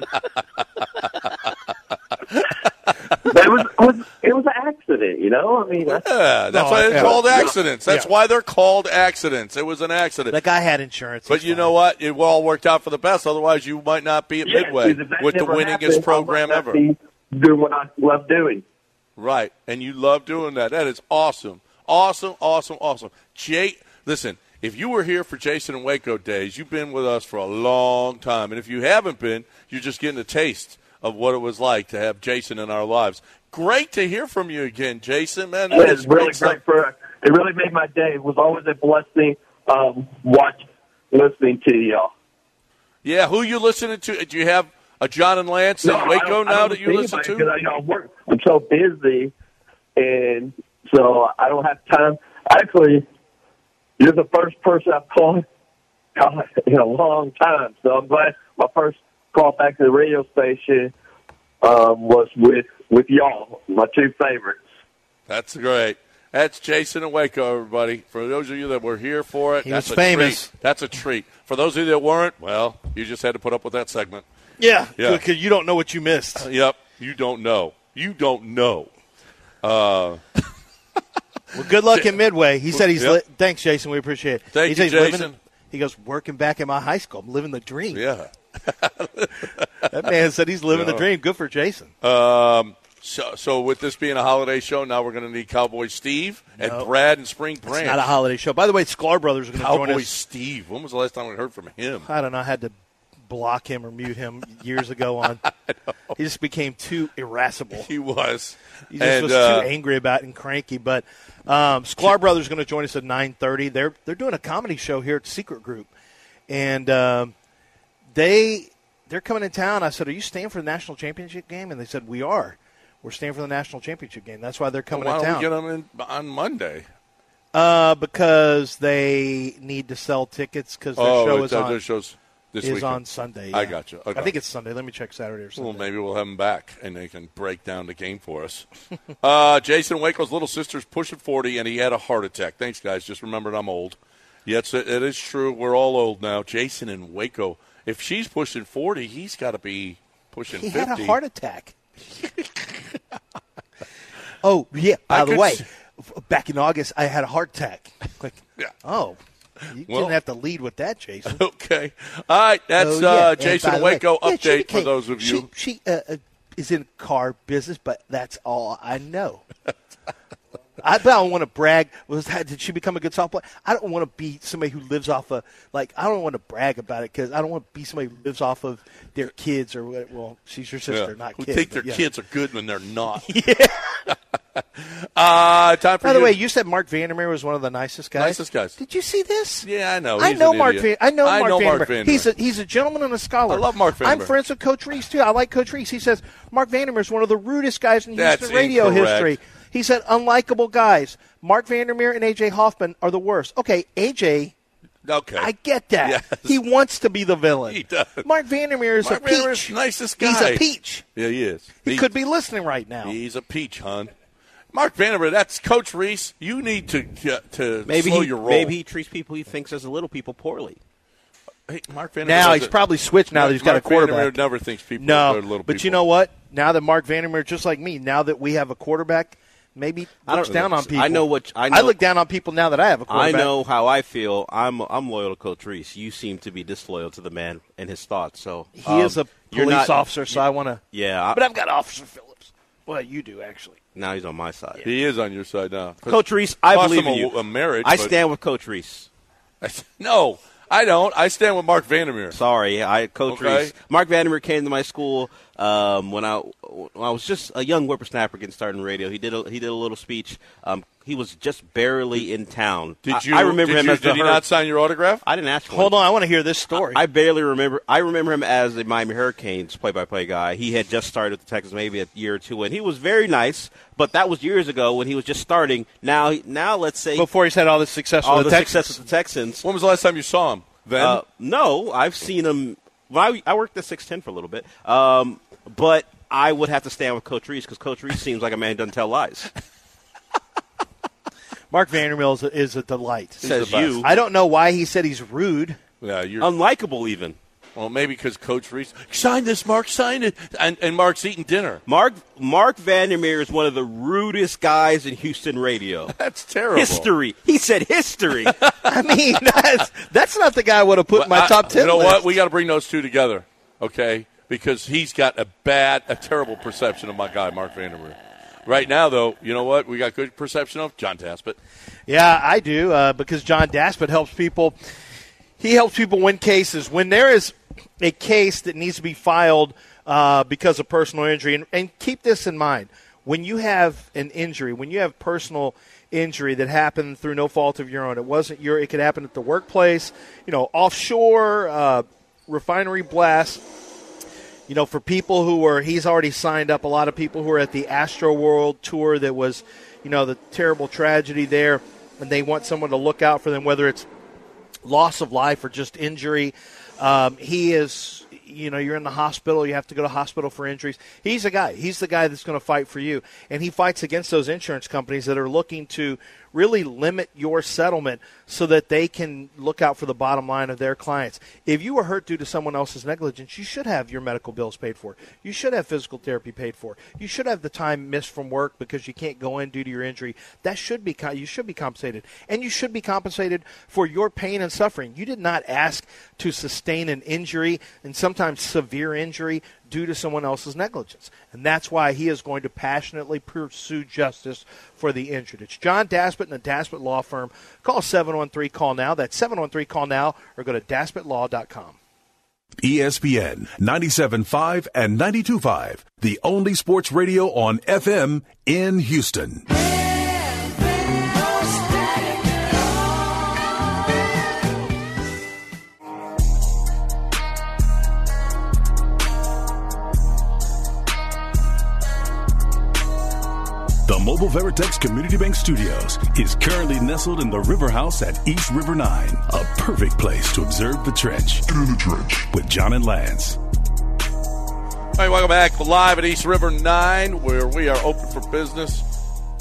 [SPEAKER 7] But it was, it was it was an accident, you know. I mean, I,
[SPEAKER 3] yeah, that's
[SPEAKER 4] No,
[SPEAKER 3] why they're
[SPEAKER 4] Oh, yeah.
[SPEAKER 3] called accidents. That's
[SPEAKER 4] Yeah.
[SPEAKER 3] why they're called accidents. It was an accident.
[SPEAKER 4] That guy had insurance.
[SPEAKER 3] but
[SPEAKER 4] He's
[SPEAKER 3] you
[SPEAKER 4] fine.
[SPEAKER 3] know what? It all worked out for the best. Otherwise, you might not be at
[SPEAKER 7] yeah,
[SPEAKER 3] Midway
[SPEAKER 7] because if that
[SPEAKER 3] with the
[SPEAKER 7] never
[SPEAKER 3] winningest
[SPEAKER 7] happened, I might
[SPEAKER 3] program
[SPEAKER 7] not
[SPEAKER 3] ever.
[SPEAKER 7] be Doing what I love doing.
[SPEAKER 3] Right. And you love doing that. That is awesome. Awesome, awesome, awesome. Jay, listen, if you were here for Jason and Waco days, you've been with us for a long time. And if you haven't been, you're just getting a taste of what it was like to have Jason in our lives. Great to hear from you again, Jason. Man, that
[SPEAKER 7] It
[SPEAKER 3] is
[SPEAKER 7] was really
[SPEAKER 3] great stuff.
[SPEAKER 7] great for. It really made my day. It was always a blessing. Um, watch, listening to y'all.
[SPEAKER 3] Yeah, who you listening to? Do you have a John and Lance in
[SPEAKER 7] I
[SPEAKER 3] Waco
[SPEAKER 7] don't- I
[SPEAKER 3] now
[SPEAKER 7] don't
[SPEAKER 3] that you
[SPEAKER 7] see
[SPEAKER 3] listen
[SPEAKER 7] anybody
[SPEAKER 3] to?
[SPEAKER 7] 'cause I, you know, work. I'm so busy, and so I don't have time. Actually, you're the first person I've called in a long time, so I'm glad my first call back to the radio station um, was with with y'all, my two favorites.
[SPEAKER 3] That's great. That's Jason and Waco, everybody. For those of you that were here for it,
[SPEAKER 4] He
[SPEAKER 3] that's
[SPEAKER 4] was
[SPEAKER 3] a
[SPEAKER 4] famous.
[SPEAKER 3] Treat. That's a treat. For those of you that weren't, well, you just had to put up with that segment.
[SPEAKER 4] Yeah,
[SPEAKER 3] Yeah. Uh,
[SPEAKER 4] because you don't know what you missed.
[SPEAKER 3] Yep, you don't know. You don't know.
[SPEAKER 4] Well, good luck in Midway. He said he's.
[SPEAKER 3] Yep.
[SPEAKER 4] Li- Thanks, Jason. We appreciate it.
[SPEAKER 3] Thank
[SPEAKER 4] he
[SPEAKER 3] you,
[SPEAKER 4] said he's living-
[SPEAKER 3] Jason.
[SPEAKER 4] he goes working back in my high school. I'm living the dream.
[SPEAKER 3] Yeah.
[SPEAKER 4] That man said he's living the dream. Good for Jason.
[SPEAKER 3] So, so with this being a holiday show, now we're going to need Cowboy Steve and
[SPEAKER 4] No.
[SPEAKER 3] Brad and Spring Branch.
[SPEAKER 4] it's not a holiday show. By the way, Sklar Brothers are going to join
[SPEAKER 3] Cowboy
[SPEAKER 4] us.
[SPEAKER 3] Steve. When was the last time we heard from him?
[SPEAKER 4] I don't know. I had to block him or mute him years ago. On he just became too irascible.
[SPEAKER 3] He was.
[SPEAKER 4] He just
[SPEAKER 3] And,
[SPEAKER 4] was
[SPEAKER 3] uh,
[SPEAKER 4] too angry about it and cranky. But um, Sklar Brothers going to join us at nine thirty. They're they're doing a comedy show here at Secret Group, and um, they they're coming in town. I said, "Are you staying for the national championship game?" And they said, "We are. We're staying for the national championship game. That's why they're coming in
[SPEAKER 3] Why don't
[SPEAKER 4] town
[SPEAKER 3] we get him in on Monday?
[SPEAKER 4] uh, because they need to sell tickets because their
[SPEAKER 3] oh,
[SPEAKER 4] show
[SPEAKER 3] it's-
[SPEAKER 4] is on
[SPEAKER 3] their show's this
[SPEAKER 4] is
[SPEAKER 3] weekend.
[SPEAKER 4] on Sunday.
[SPEAKER 3] I
[SPEAKER 4] yeah.
[SPEAKER 3] gotcha.
[SPEAKER 4] I
[SPEAKER 3] Okay.
[SPEAKER 4] think it's Sunday. Let me check Saturday or something.
[SPEAKER 3] Well, maybe we'll have them back, and they can break down the game for us. uh, Jason Waco's little sister's pushing 40, and he had a heart attack. Thanks, guys. Just remembered I'm old. Yes, it, it is true. We're all old now. Jason and Waco. If she's pushing 40, he's got to be pushing
[SPEAKER 4] he
[SPEAKER 3] 50.
[SPEAKER 4] had a heart attack. Oh yeah. By
[SPEAKER 3] I
[SPEAKER 4] the
[SPEAKER 3] could
[SPEAKER 4] way,
[SPEAKER 3] s-
[SPEAKER 4] f- back in August, I had a heart attack. Like,
[SPEAKER 3] Yeah.
[SPEAKER 4] oh, you
[SPEAKER 3] Well-
[SPEAKER 4] didn't have to lead with that, Jason.
[SPEAKER 3] Okay. All right. That's
[SPEAKER 4] Oh, yeah.
[SPEAKER 3] uh,
[SPEAKER 4] And by
[SPEAKER 3] Jason
[SPEAKER 4] the way-
[SPEAKER 3] Waco
[SPEAKER 4] yeah,
[SPEAKER 3] update
[SPEAKER 4] Judy
[SPEAKER 3] for
[SPEAKER 4] Kay,
[SPEAKER 3] those of
[SPEAKER 4] she-
[SPEAKER 3] you.
[SPEAKER 4] She uh, uh, is in car business, but that's all I know. I, but I don't want to brag. Was that, did she become a good softball? I don't want to be somebody who lives off of like I don't want to brag about it because I don't want to be somebody who lives off of their kids or what. Well, she's your sister,
[SPEAKER 3] Yeah.
[SPEAKER 4] not
[SPEAKER 3] Who
[SPEAKER 4] kids.
[SPEAKER 3] think
[SPEAKER 4] but
[SPEAKER 3] their
[SPEAKER 4] yeah.
[SPEAKER 3] kids are good when they're not. uh, time for
[SPEAKER 4] By the
[SPEAKER 3] you-
[SPEAKER 4] way, you said Mark Vandermeer was one of the nicest guys.
[SPEAKER 3] Nicest guys.
[SPEAKER 4] Did you see this?
[SPEAKER 3] Yeah, I know.
[SPEAKER 4] I
[SPEAKER 3] He's
[SPEAKER 4] know
[SPEAKER 3] an
[SPEAKER 4] Mark.
[SPEAKER 3] idiot.
[SPEAKER 4] Van- I know
[SPEAKER 3] I
[SPEAKER 4] Mark
[SPEAKER 3] know Mark
[SPEAKER 4] Vandermeer.
[SPEAKER 3] Vandermeer.
[SPEAKER 4] He's a he's a gentleman and a scholar.
[SPEAKER 3] I love Mark
[SPEAKER 4] I'm
[SPEAKER 3] Vandermeer.
[SPEAKER 4] friends with Coach Reese too. I like Coach Reese. He says Mark Vandermeer is one of the rudest guys in
[SPEAKER 3] That's
[SPEAKER 4] Houston radio
[SPEAKER 3] incorrect.
[SPEAKER 4] history. He said unlikable guys. Mark Vandermeer and AJ Hoffman are the worst. Okay, AJ.
[SPEAKER 3] Okay.
[SPEAKER 4] I get that.
[SPEAKER 3] Yes.
[SPEAKER 4] He wants to be the villain.
[SPEAKER 3] He does.
[SPEAKER 4] Mark Vandermeer is
[SPEAKER 3] Mark
[SPEAKER 4] a peach.
[SPEAKER 3] Vandermeer's the nicest
[SPEAKER 4] He's
[SPEAKER 3] guy.
[SPEAKER 4] a peach.
[SPEAKER 3] Yeah, he is.
[SPEAKER 4] He, could be listening right now.
[SPEAKER 3] He's a peach, hon. Mark Vandermeer, that's Coach Reese. You need to uh, to
[SPEAKER 5] Maybe
[SPEAKER 3] slow
[SPEAKER 5] he,
[SPEAKER 3] your roll.
[SPEAKER 5] maybe he treats people he thinks as little people poorly.
[SPEAKER 3] Hey, Mark Vandermeer.
[SPEAKER 4] now
[SPEAKER 3] does
[SPEAKER 4] he's
[SPEAKER 3] it.
[SPEAKER 4] probably switched. Now that he's got a
[SPEAKER 3] Mark
[SPEAKER 4] quarterback.
[SPEAKER 3] Vandermeer never thinks people
[SPEAKER 4] No,
[SPEAKER 3] are little
[SPEAKER 4] but you
[SPEAKER 3] people.
[SPEAKER 4] know what? Now that Mark Vandermeer, just like me, now that we have a quarterback, maybe
[SPEAKER 5] I
[SPEAKER 4] looks
[SPEAKER 5] don't-
[SPEAKER 4] down on people.
[SPEAKER 5] I know what- I know-
[SPEAKER 4] look down on people now that I have a
[SPEAKER 5] I
[SPEAKER 4] quarterback.
[SPEAKER 5] know how I feel. I'm I'm loyal to Coach Reese. You seem to be disloyal to the man and his thoughts. So
[SPEAKER 4] he
[SPEAKER 5] um,
[SPEAKER 4] is a
[SPEAKER 5] you're
[SPEAKER 4] police
[SPEAKER 5] not-
[SPEAKER 4] officer, so I want to.
[SPEAKER 5] Yeah, I-
[SPEAKER 4] but I've got Officer Phillips. Well, you do actually.
[SPEAKER 5] Now he's on my side.
[SPEAKER 3] He is on your side now.
[SPEAKER 5] Coach Reese, I
[SPEAKER 3] Cost
[SPEAKER 5] believe in
[SPEAKER 3] him a-
[SPEAKER 5] you.
[SPEAKER 3] a marriage,
[SPEAKER 5] I
[SPEAKER 3] but-
[SPEAKER 5] stand with Coach Reese.
[SPEAKER 3] no, I don't. I stand with Mark Vandermeer.
[SPEAKER 5] Sorry, I Coach
[SPEAKER 3] Okay.
[SPEAKER 5] Reese. Mark Vandermeer came to my school um, when I when I was just a young whippersnapper getting started in radio. He did a, he did a little speech. Um, he was just barely in town. I-
[SPEAKER 3] Did you?
[SPEAKER 5] I, remember
[SPEAKER 3] did
[SPEAKER 5] him
[SPEAKER 3] you-
[SPEAKER 5] as the
[SPEAKER 3] Did he
[SPEAKER 5] Hur-
[SPEAKER 3] not sign your autograph?
[SPEAKER 5] I didn't ask.
[SPEAKER 4] Hold on, I want to hear this story.
[SPEAKER 5] I barely remember. I remember him as the Miami Hurricanes play-by-play guy. He had just started with the Texans maybe a year or two, and he was very nice. But that was years ago when he was just starting. Now, now let's say
[SPEAKER 4] Before he's had all this success
[SPEAKER 5] all
[SPEAKER 4] with
[SPEAKER 5] the
[SPEAKER 4] the Texans.
[SPEAKER 5] success with the Texans.
[SPEAKER 3] When was the last time you saw him? Then
[SPEAKER 5] Uh, no, I've seen him. Well, I, I worked at six ten for a little bit, um, but I would have to stand with Coach Reese because Coach Reese seems like a man who doesn't tell lies.
[SPEAKER 4] Mark Vandermeer is a, is a delight.
[SPEAKER 5] Says
[SPEAKER 3] the best.
[SPEAKER 5] you,
[SPEAKER 4] I don't know why he said he's rude.
[SPEAKER 3] yeah, you're
[SPEAKER 4] um,
[SPEAKER 5] unlikable even.
[SPEAKER 3] well maybe because Coach Reese sign this, Mark, sign it, and, and Mark's eating dinner.
[SPEAKER 5] Mark Mark Vandermeer is one of the rudest guys in Houston radio.
[SPEAKER 3] That's terrible.
[SPEAKER 5] history. He said history.
[SPEAKER 4] I mean, that's, that's not the guy I would have put in
[SPEAKER 3] Well,
[SPEAKER 4] my
[SPEAKER 3] I-
[SPEAKER 4] top ten.
[SPEAKER 3] You know
[SPEAKER 4] list.
[SPEAKER 3] what? We got to bring those two together, okay? Because he's got a bad, a terrible perception of my guy Mark Vandermeer. Right now, though, you know what? We got good perception of John Taspet.
[SPEAKER 4] Yeah, I do uh, because John Daspit helps people. He helps people win cases when there is a case that needs to be filed uh, because of personal injury. And, and keep this in mind: when you have an injury, when you have personal injury that happened through no fault of your own, it wasn't your. It could happen at the workplace, you know, offshore uh, refinery blast you know, for people who were, he's already signed up a lot of people who are at the Astro World tour that was, you know, the terrible tragedy there, and they want someone to look out for them, whether it's loss of life or just injury. Um, he is, you know, you're in the hospital, you have to go to hospital for injuries. He's the guy. He's the guy that's going to fight for you. And he fights against those insurance companies that are looking to really limit your settlement so that they can look out for the bottom line of their clients. If you were hurt due to someone else's negligence, you should have your medical bills paid for. You should have physical therapy paid for. You should have the time missed from work because you can't go in due to your injury. That should be co- you should be compensated. And you should be compensated for your pain and suffering. You did not ask to sustain an injury and sometimes severe injury due to someone else's negligence. And that's why he is going to passionately pursue justice for the injured. It's John Daspit and the Daspit Law Firm. Call 713 call now. That's 713 call now or go to daspitlaw.com.
[SPEAKER 1] E ESPN 97.5 and 92.5, the only sports radio on FM in Houston. The Mobile Veritex Community Bank Studios is currently nestled in the River House at East River 9, a perfect place to observe the trench. Through the trench. With John and Lance.
[SPEAKER 3] All right, welcome back live at East River 9, where we are open for business.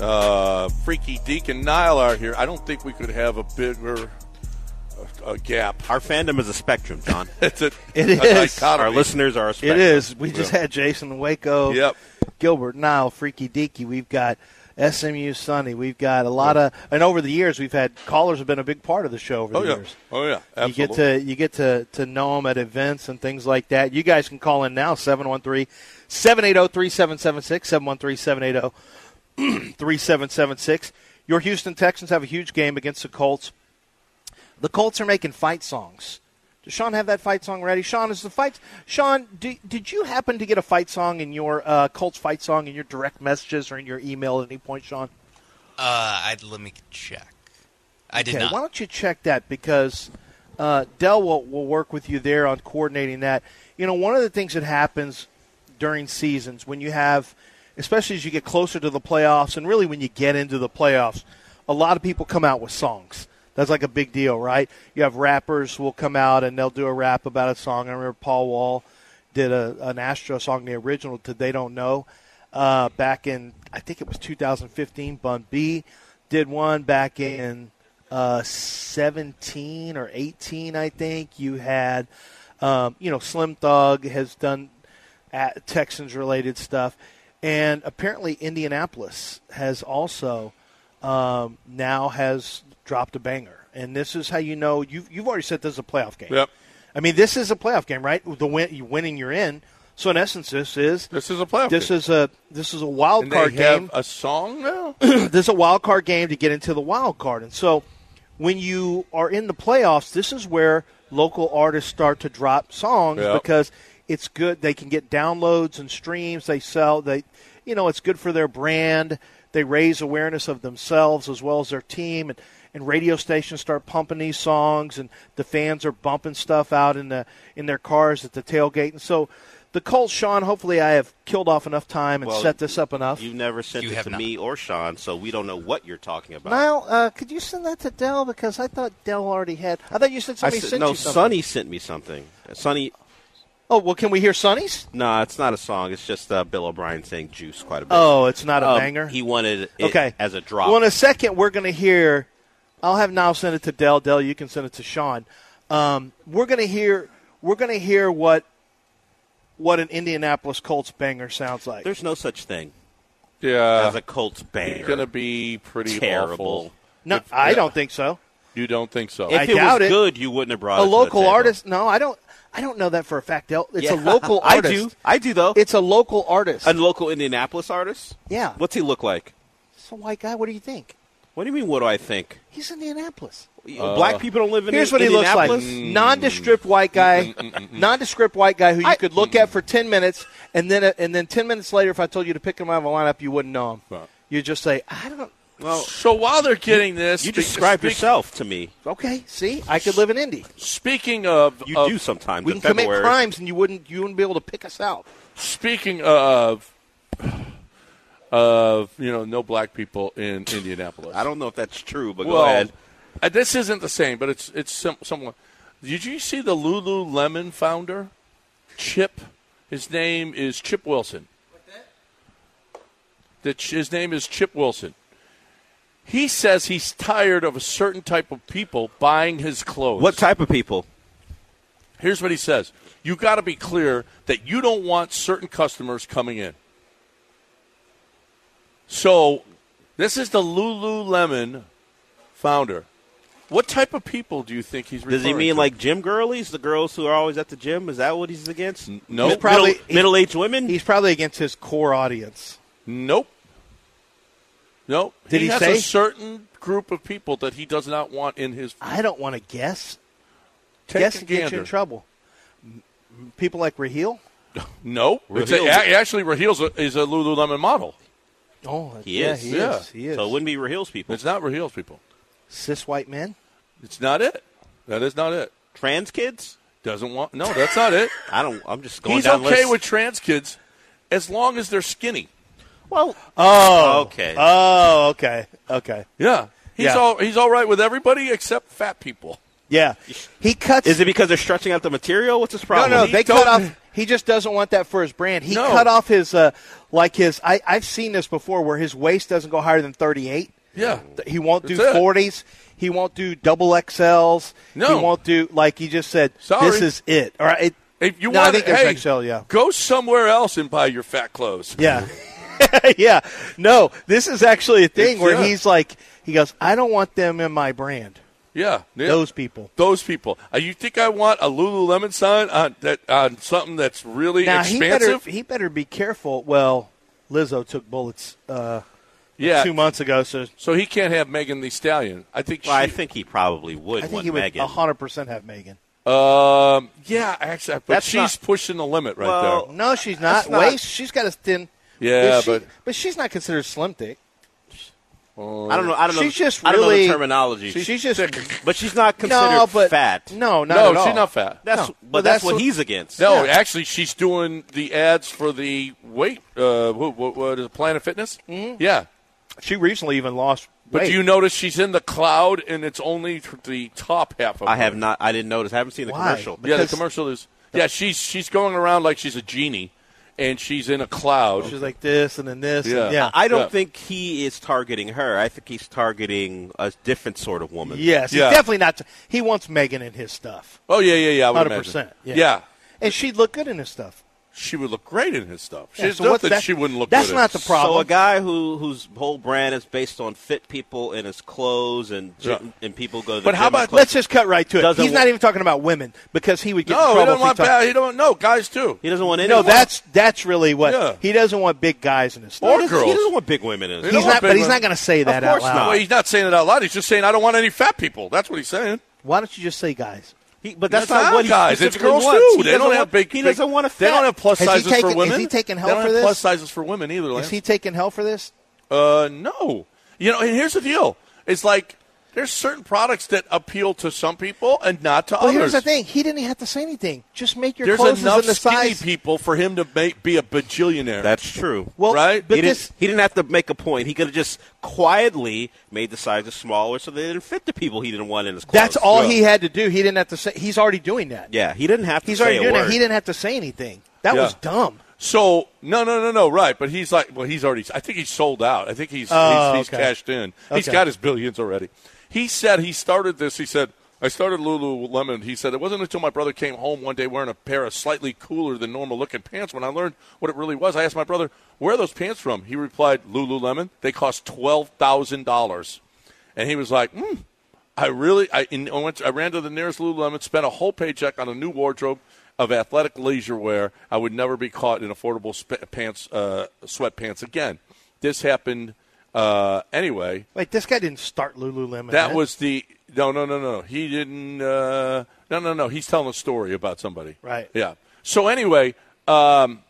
[SPEAKER 3] Uh, Freaky Deek and Nile are here. I don't think we could have a bigger uh, uh, gap.
[SPEAKER 5] Our fandom is a spectrum, John.
[SPEAKER 3] It's a,
[SPEAKER 4] It
[SPEAKER 3] a
[SPEAKER 4] is.
[SPEAKER 3] dichotomy.
[SPEAKER 5] Our listeners are a
[SPEAKER 4] It
[SPEAKER 5] spectrum.
[SPEAKER 4] is. We just had Jason Waco,
[SPEAKER 3] Yep.
[SPEAKER 4] Gilbert Nile, Freaky Deaky. We've got SMU Sunny. We've got a lot of, and over the years, we've had callers have been a big part of the show over
[SPEAKER 3] Oh
[SPEAKER 4] the
[SPEAKER 3] yeah.
[SPEAKER 4] years.
[SPEAKER 3] Oh yeah. Absolutely.
[SPEAKER 4] You get to you get to, to know them at events and things like that. You guys can call in now oh, 713-780-3776 713-780-3776. Your Houston Texans have a huge game against the Colts. The Colts are making fight songs. Does Sean have that fight song ready? Sean, is the fight? Sean, do, did you happen to get a fight song in your uh, Colts fight song in your direct messages or in your email at any point, Sean?
[SPEAKER 8] Uh, I'd, let me check. I did
[SPEAKER 4] Okay,
[SPEAKER 8] not.
[SPEAKER 4] why don't you check that because uh, Dell will, will work with you there on coordinating that. You know, one of the things that happens during seasons when you have, especially as you get closer to the playoffs, and really when you get into the playoffs, a lot of people come out with songs. That's like a big deal, right? You have rappers will come out and they'll do a rap about a song. I remember Paul Wall did a, an Astro song, the original to They Don't Know, uh, back in, I think it was 2015. Bun B did one back in uh, 17 or 18, I think. You had, um, you know, Slim Thug has done at Texans related stuff. And apparently, Indianapolis has also um, now has dropped a banger. And this is how you know you've, you've already said this is a playoff game.
[SPEAKER 3] Yep.
[SPEAKER 4] I mean, this is a playoff game, right? The win, you winning, you're in. So in essence, this is
[SPEAKER 3] This is a playoff
[SPEAKER 4] This
[SPEAKER 3] game.
[SPEAKER 4] is a this is a wild
[SPEAKER 3] and they
[SPEAKER 4] card
[SPEAKER 3] have
[SPEAKER 4] game
[SPEAKER 3] a song now.
[SPEAKER 4] this is a wild card game to get into the wild card. And so when you are in the playoffs, this is where local artists start to drop songs
[SPEAKER 3] Yeah.
[SPEAKER 4] because it's good. They can get downloads and streams. They sell. They, you know, it's good for their brand. They raise awareness of themselves as well as their team. And, and radio stations start pumping these songs, and the fans are bumping stuff out in the in their cars at the tailgate. And so, the Colts, Sean. Hopefully, I have killed off enough time and
[SPEAKER 5] Well,
[SPEAKER 4] set this up enough.
[SPEAKER 5] You never sent
[SPEAKER 8] You
[SPEAKER 5] it
[SPEAKER 8] have
[SPEAKER 5] to
[SPEAKER 8] not.
[SPEAKER 5] me or Sean, so we don't know what you're talking about.
[SPEAKER 4] Niall, uh, could you send that to Dell because I thought Dell already had. I thought you
[SPEAKER 5] I
[SPEAKER 4] said somebody
[SPEAKER 5] said-
[SPEAKER 4] sent
[SPEAKER 5] no,
[SPEAKER 4] you something.
[SPEAKER 5] Sonny sent me something. Sonny,
[SPEAKER 4] Oh well, can we hear Sonny's?
[SPEAKER 5] no, it's not a song. It's just uh, Bill O'Brien saying "juice" quite a bit.
[SPEAKER 4] Oh, it's not a
[SPEAKER 5] Um,
[SPEAKER 4] banger.
[SPEAKER 5] He wanted it
[SPEAKER 4] okay,
[SPEAKER 5] as a drop.
[SPEAKER 4] Well, in a second, we're going to hear. I'll have Niall send it to Dell. Dell, you can send it to Sean. Um, we're going to hear. We're going to hear what what an Indianapolis Colts banger sounds like.
[SPEAKER 5] There's no such thing
[SPEAKER 3] yeah.
[SPEAKER 5] as a Colts banger.
[SPEAKER 3] it's gonna be pretty
[SPEAKER 5] Terrible.
[SPEAKER 3] awful.
[SPEAKER 4] no,
[SPEAKER 3] if-
[SPEAKER 4] I
[SPEAKER 3] yeah.
[SPEAKER 4] don't think so.
[SPEAKER 3] You don't think so?
[SPEAKER 5] if
[SPEAKER 4] I
[SPEAKER 5] it
[SPEAKER 4] doubt
[SPEAKER 5] was
[SPEAKER 4] it.
[SPEAKER 5] good, you wouldn't have brought it
[SPEAKER 4] A
[SPEAKER 5] to Oh, the
[SPEAKER 4] local
[SPEAKER 5] table.
[SPEAKER 4] artist? No, I don't. I don't know that for a fact. Dell, it's a
[SPEAKER 5] Yeah.
[SPEAKER 4] local
[SPEAKER 5] I
[SPEAKER 4] artist.
[SPEAKER 5] do. I do though.
[SPEAKER 4] It's a local artist.
[SPEAKER 5] a local Indianapolis artist.
[SPEAKER 4] Yeah.
[SPEAKER 5] What's he look like?
[SPEAKER 4] it's a white guy. What do you think?
[SPEAKER 5] What do you mean? What do I think?
[SPEAKER 4] He's Indianapolis.
[SPEAKER 3] Uh,
[SPEAKER 5] Black people don't live in
[SPEAKER 4] Here's what he looks like:
[SPEAKER 3] Mm,
[SPEAKER 4] Mm.
[SPEAKER 5] Indianapolis.
[SPEAKER 4] nondescript white guy, nondescript white guy who you could look at for ten minutes, and then uh, and then ten minutes later, if I told you to pick him out of a lineup, you wouldn't know him.
[SPEAKER 3] Right.
[SPEAKER 4] You'd just say, "I don't."
[SPEAKER 3] so while they're getting this,
[SPEAKER 5] You
[SPEAKER 3] speak-
[SPEAKER 5] describe
[SPEAKER 3] speak-
[SPEAKER 5] yourself to me.
[SPEAKER 4] Okay, see, I could live in Indy.
[SPEAKER 3] Speaking of,
[SPEAKER 5] You
[SPEAKER 3] of-
[SPEAKER 5] do sometimes.
[SPEAKER 4] We
[SPEAKER 5] in
[SPEAKER 4] can commit
[SPEAKER 5] February.
[SPEAKER 4] crimes, and you wouldn't you wouldn't be able to pick us out.
[SPEAKER 3] Speaking of, of you know, no black people in Indianapolis.
[SPEAKER 5] I don't know if that's true, but
[SPEAKER 3] Well,
[SPEAKER 5] go ahead.
[SPEAKER 3] uh, this isn't the same, but it's it's sim- somewhat. Did you see the Lululemon founder, Chip? His name is Chip Wilson. That ch- his name is Chip Wilson. He says he's tired of a certain type of people buying his clothes.
[SPEAKER 5] What type of people?
[SPEAKER 3] Here's what he says. You got to be clear that you don't want certain customers coming in. So, this is the Lululemon founder. What type of people do you think he's referring
[SPEAKER 5] Does he mean
[SPEAKER 3] to?
[SPEAKER 5] like gym girlies, the girls who are always at the gym? Is that what he's against?
[SPEAKER 3] nope.
[SPEAKER 4] probably-
[SPEAKER 5] Middle, middle-aged women.
[SPEAKER 4] He's probably against his core audience.
[SPEAKER 3] Nope. Nope.
[SPEAKER 4] Did he
[SPEAKER 3] has
[SPEAKER 4] say?
[SPEAKER 3] a certain group of people that he does not want in his
[SPEAKER 4] I don't want to guess.
[SPEAKER 3] Take
[SPEAKER 4] guess
[SPEAKER 3] a
[SPEAKER 4] and get you in
[SPEAKER 3] gander.
[SPEAKER 4] trouble. M- People like Raheel.
[SPEAKER 3] Nope. It's a-
[SPEAKER 5] Raheel's-
[SPEAKER 3] a- actually Raheel's a, is a Lululemon model.
[SPEAKER 4] Oh,
[SPEAKER 5] He
[SPEAKER 4] yeah,
[SPEAKER 5] is.
[SPEAKER 4] He
[SPEAKER 3] Yeah.
[SPEAKER 4] is. He is.
[SPEAKER 5] So it wouldn't be Rahil's people.
[SPEAKER 3] It's not Raheel's people.
[SPEAKER 4] cis white men.
[SPEAKER 3] It's not it. That is not it.
[SPEAKER 5] Trans kids?
[SPEAKER 3] Doesn't want No, that's not it.
[SPEAKER 5] I don't. I'm just going
[SPEAKER 3] He's
[SPEAKER 5] down
[SPEAKER 3] okay
[SPEAKER 5] lists.
[SPEAKER 3] with trans kids as long as they're skinny.
[SPEAKER 5] well.
[SPEAKER 4] Oh,
[SPEAKER 5] okay.
[SPEAKER 4] Oh, okay, okay.
[SPEAKER 3] Yeah. He's
[SPEAKER 4] Yeah.
[SPEAKER 3] all he's all right with everybody except fat people.
[SPEAKER 4] Yeah, he cuts.
[SPEAKER 5] Is it because they're stretching out the material? What's his
[SPEAKER 4] no,
[SPEAKER 5] problem?
[SPEAKER 4] no,
[SPEAKER 3] He
[SPEAKER 4] they cut
[SPEAKER 3] don't-
[SPEAKER 4] off. He just doesn't want that for his brand. He
[SPEAKER 3] No.
[SPEAKER 4] cut off his, uh, like his. I, I've seen this before, where his waist doesn't go higher than thirty-eight.
[SPEAKER 3] Yeah.
[SPEAKER 4] Th- he won't do
[SPEAKER 3] That's it.
[SPEAKER 4] forties. He won't do double XLs.
[SPEAKER 3] No.
[SPEAKER 4] he won't do like he just said.
[SPEAKER 3] Sorry.
[SPEAKER 4] This is it. All right, it,
[SPEAKER 3] If you
[SPEAKER 4] No, I
[SPEAKER 3] want
[SPEAKER 4] think
[SPEAKER 3] hey,
[SPEAKER 4] there's XL, yeah.
[SPEAKER 3] Go somewhere else and buy your fat clothes.
[SPEAKER 4] yeah. yeah. No, this is actually a thing
[SPEAKER 3] It's-
[SPEAKER 4] where
[SPEAKER 3] yeah.
[SPEAKER 4] he's like, he goes, I don't want them in my brand.
[SPEAKER 3] Yeah, yeah.
[SPEAKER 4] Those people.
[SPEAKER 3] Those people. Uh, you think I want a Lululemon sign on that on something that's really
[SPEAKER 4] Now he better
[SPEAKER 3] expansive?
[SPEAKER 4] he better be careful. Well, Lizzo took bullets uh,
[SPEAKER 3] yeah.
[SPEAKER 4] two months ago, so
[SPEAKER 3] So he can't have Megan the Stallion. I think.
[SPEAKER 5] Well,
[SPEAKER 3] she,
[SPEAKER 5] I think he probably would
[SPEAKER 4] I think
[SPEAKER 5] want
[SPEAKER 4] he would
[SPEAKER 5] Megan.
[SPEAKER 4] hundred percent have Megan.
[SPEAKER 3] Um. Yeah. Actually, but
[SPEAKER 5] That's
[SPEAKER 3] she's
[SPEAKER 5] not-
[SPEAKER 3] pushing the limit right
[SPEAKER 5] Well,
[SPEAKER 3] there.
[SPEAKER 4] No, she's not.
[SPEAKER 5] That's not-
[SPEAKER 4] Waist, she's got a thin.
[SPEAKER 3] Yeah,
[SPEAKER 4] she-
[SPEAKER 3] but-
[SPEAKER 4] but she's not considered slim thick.
[SPEAKER 5] I don't know. I don't know.
[SPEAKER 4] She's just
[SPEAKER 5] I don't know the
[SPEAKER 4] really-
[SPEAKER 5] terminology.
[SPEAKER 4] She's, just
[SPEAKER 5] but she's not considered
[SPEAKER 4] no, but
[SPEAKER 5] fat.
[SPEAKER 4] No, not at
[SPEAKER 3] no,
[SPEAKER 4] all.
[SPEAKER 3] she's not fat.
[SPEAKER 5] that's
[SPEAKER 4] no.
[SPEAKER 5] but
[SPEAKER 4] Well,
[SPEAKER 5] that's,
[SPEAKER 4] that's
[SPEAKER 5] what
[SPEAKER 4] what-
[SPEAKER 5] he's against.
[SPEAKER 3] No,
[SPEAKER 4] Yeah.
[SPEAKER 3] actually, she's doing the ads for the weight. Uh, what, what, what is it, Planet Fitness? Mm-hmm. Yeah,
[SPEAKER 4] She recently even lost.
[SPEAKER 3] but
[SPEAKER 4] weight.
[SPEAKER 3] do you notice she's in the cloud and it's only th- the top half of
[SPEAKER 5] I
[SPEAKER 3] her?
[SPEAKER 5] have not. I didn't notice. I haven't seen the
[SPEAKER 4] Why?
[SPEAKER 5] commercial.
[SPEAKER 3] Yeah, the
[SPEAKER 4] because-
[SPEAKER 3] commercial is. Yeah, she's she's going around like she's a genie, and she's in a cloud.
[SPEAKER 4] She's like this and then this. and-
[SPEAKER 3] Yeah.
[SPEAKER 4] yeah.
[SPEAKER 5] I don't
[SPEAKER 3] Yeah.
[SPEAKER 5] think he is targeting her. I think he's targeting a different sort of woman.
[SPEAKER 4] Yes,
[SPEAKER 3] Yeah.
[SPEAKER 4] he's definitely not. he wants Megan in his stuff,
[SPEAKER 3] oh yeah, yeah, yeah. I would
[SPEAKER 4] hundred
[SPEAKER 3] imagine.
[SPEAKER 4] percent.
[SPEAKER 3] Yeah.
[SPEAKER 4] and she'd look good in his stuff.
[SPEAKER 3] she would look great in his stuff.
[SPEAKER 4] Yeah,
[SPEAKER 3] She's
[SPEAKER 4] so what's
[SPEAKER 3] nothing
[SPEAKER 4] that-
[SPEAKER 3] she wouldn't look.
[SPEAKER 4] that's
[SPEAKER 3] good
[SPEAKER 4] not
[SPEAKER 3] in.
[SPEAKER 4] the problem.
[SPEAKER 5] So a guy who whose whole brand is based on fit people and his clothes and gy-
[SPEAKER 3] Yeah.
[SPEAKER 5] and people go to the
[SPEAKER 3] But how
[SPEAKER 5] gym and
[SPEAKER 3] about-
[SPEAKER 5] clothes.
[SPEAKER 4] Let's just cut right to it.
[SPEAKER 5] Doesn't
[SPEAKER 4] He's
[SPEAKER 5] wa-
[SPEAKER 4] not even talking about women because he would get in
[SPEAKER 3] No, he
[SPEAKER 4] trouble.
[SPEAKER 3] don't
[SPEAKER 4] if he
[SPEAKER 3] want
[SPEAKER 4] talked-
[SPEAKER 3] bad. He don't. No, guys too.
[SPEAKER 5] he doesn't want any.
[SPEAKER 4] No, that's that's really what
[SPEAKER 3] Yeah.
[SPEAKER 4] he doesn't want. Big guys in his stuff.
[SPEAKER 3] Or
[SPEAKER 5] he doesn't,
[SPEAKER 3] girls.
[SPEAKER 5] he doesn't want big women in his.
[SPEAKER 3] don't
[SPEAKER 4] he's
[SPEAKER 5] life.
[SPEAKER 3] want
[SPEAKER 4] not,
[SPEAKER 3] big
[SPEAKER 4] but he's
[SPEAKER 3] women.
[SPEAKER 4] not going to say that
[SPEAKER 5] course
[SPEAKER 4] out
[SPEAKER 5] not.
[SPEAKER 4] loud.
[SPEAKER 3] Well, he's not saying it out loud. He's just saying I don't want any fat people. That's what he's saying.
[SPEAKER 4] Why don't you just say guys?
[SPEAKER 5] He- but that's,
[SPEAKER 3] That's not
[SPEAKER 5] what he
[SPEAKER 3] guys. It's
[SPEAKER 5] specifically
[SPEAKER 3] girls
[SPEAKER 5] wants.
[SPEAKER 3] too.
[SPEAKER 5] He
[SPEAKER 3] They don't
[SPEAKER 5] doesn't
[SPEAKER 3] have
[SPEAKER 5] want-
[SPEAKER 3] big.
[SPEAKER 5] He
[SPEAKER 3] big-
[SPEAKER 5] doesn't want a fat.
[SPEAKER 3] They don't have plus
[SPEAKER 4] Has he
[SPEAKER 3] sizes
[SPEAKER 4] taken-
[SPEAKER 3] for women.
[SPEAKER 4] is he taking
[SPEAKER 3] They
[SPEAKER 4] help
[SPEAKER 3] don't
[SPEAKER 4] for
[SPEAKER 3] have
[SPEAKER 4] this?
[SPEAKER 3] Plus sizes for women either. Lance.
[SPEAKER 4] Is he taking hell for this?
[SPEAKER 3] Uh, no. You know, and here's the deal. It's like there's certain products that appeal to some people and not to
[SPEAKER 4] Well,
[SPEAKER 3] others.
[SPEAKER 4] here's the thing. He didn't have to say anything. Just make your
[SPEAKER 3] There's
[SPEAKER 4] clothes
[SPEAKER 3] enough
[SPEAKER 4] in the
[SPEAKER 3] skinny
[SPEAKER 4] size.
[SPEAKER 3] people for him to make, be a bajillionaire.
[SPEAKER 5] That's true.
[SPEAKER 4] well,
[SPEAKER 3] right?
[SPEAKER 4] But
[SPEAKER 5] he,
[SPEAKER 4] this,
[SPEAKER 5] didn't, he didn't have to make a point. He could have just quietly made the sizes smaller so they didn't fit the people he didn't want in his clothes.
[SPEAKER 4] that's all
[SPEAKER 5] Yeah.
[SPEAKER 4] he had to do. He didn't have to say. He's already doing that.
[SPEAKER 5] Yeah, he didn't have to
[SPEAKER 4] He's
[SPEAKER 5] say
[SPEAKER 4] already
[SPEAKER 5] a
[SPEAKER 4] doing
[SPEAKER 5] word.
[SPEAKER 4] that. He didn't have to say anything. That
[SPEAKER 3] Yeah.
[SPEAKER 4] was dumb.
[SPEAKER 3] so no, no, no, no. Right, but he's like, well, he's already. I think he's sold out. I think he's
[SPEAKER 4] Oh,
[SPEAKER 3] he's, he's
[SPEAKER 4] okay.
[SPEAKER 3] cashed in. He's
[SPEAKER 4] Okay.
[SPEAKER 3] got his billions already. He said he started this. He said. I started Lululemon. He said it wasn't until my brother came home one day wearing a pair of slightly cooler than normal looking pants when I learned what it really was. I asked my brother, "Where are those pants from?" He replied, "Lululemon. They cost twelve thousand dollars." And he was like, hmm, I really, I, in, I, went to- I ran to the nearest Lululemon, spent a whole paycheck on a new wardrobe of athletic leisure wear. I would never be caught in affordable sp- pants, uh, sweatpants again. This happened uh, anyway.
[SPEAKER 4] Wait, this guy didn't start Lululemon.
[SPEAKER 3] That
[SPEAKER 4] man.
[SPEAKER 3] was the no, no, no, no. He didn't. Uh, no, no, no. He's telling a story about somebody.
[SPEAKER 4] Right.
[SPEAKER 3] Yeah. So anyway, um,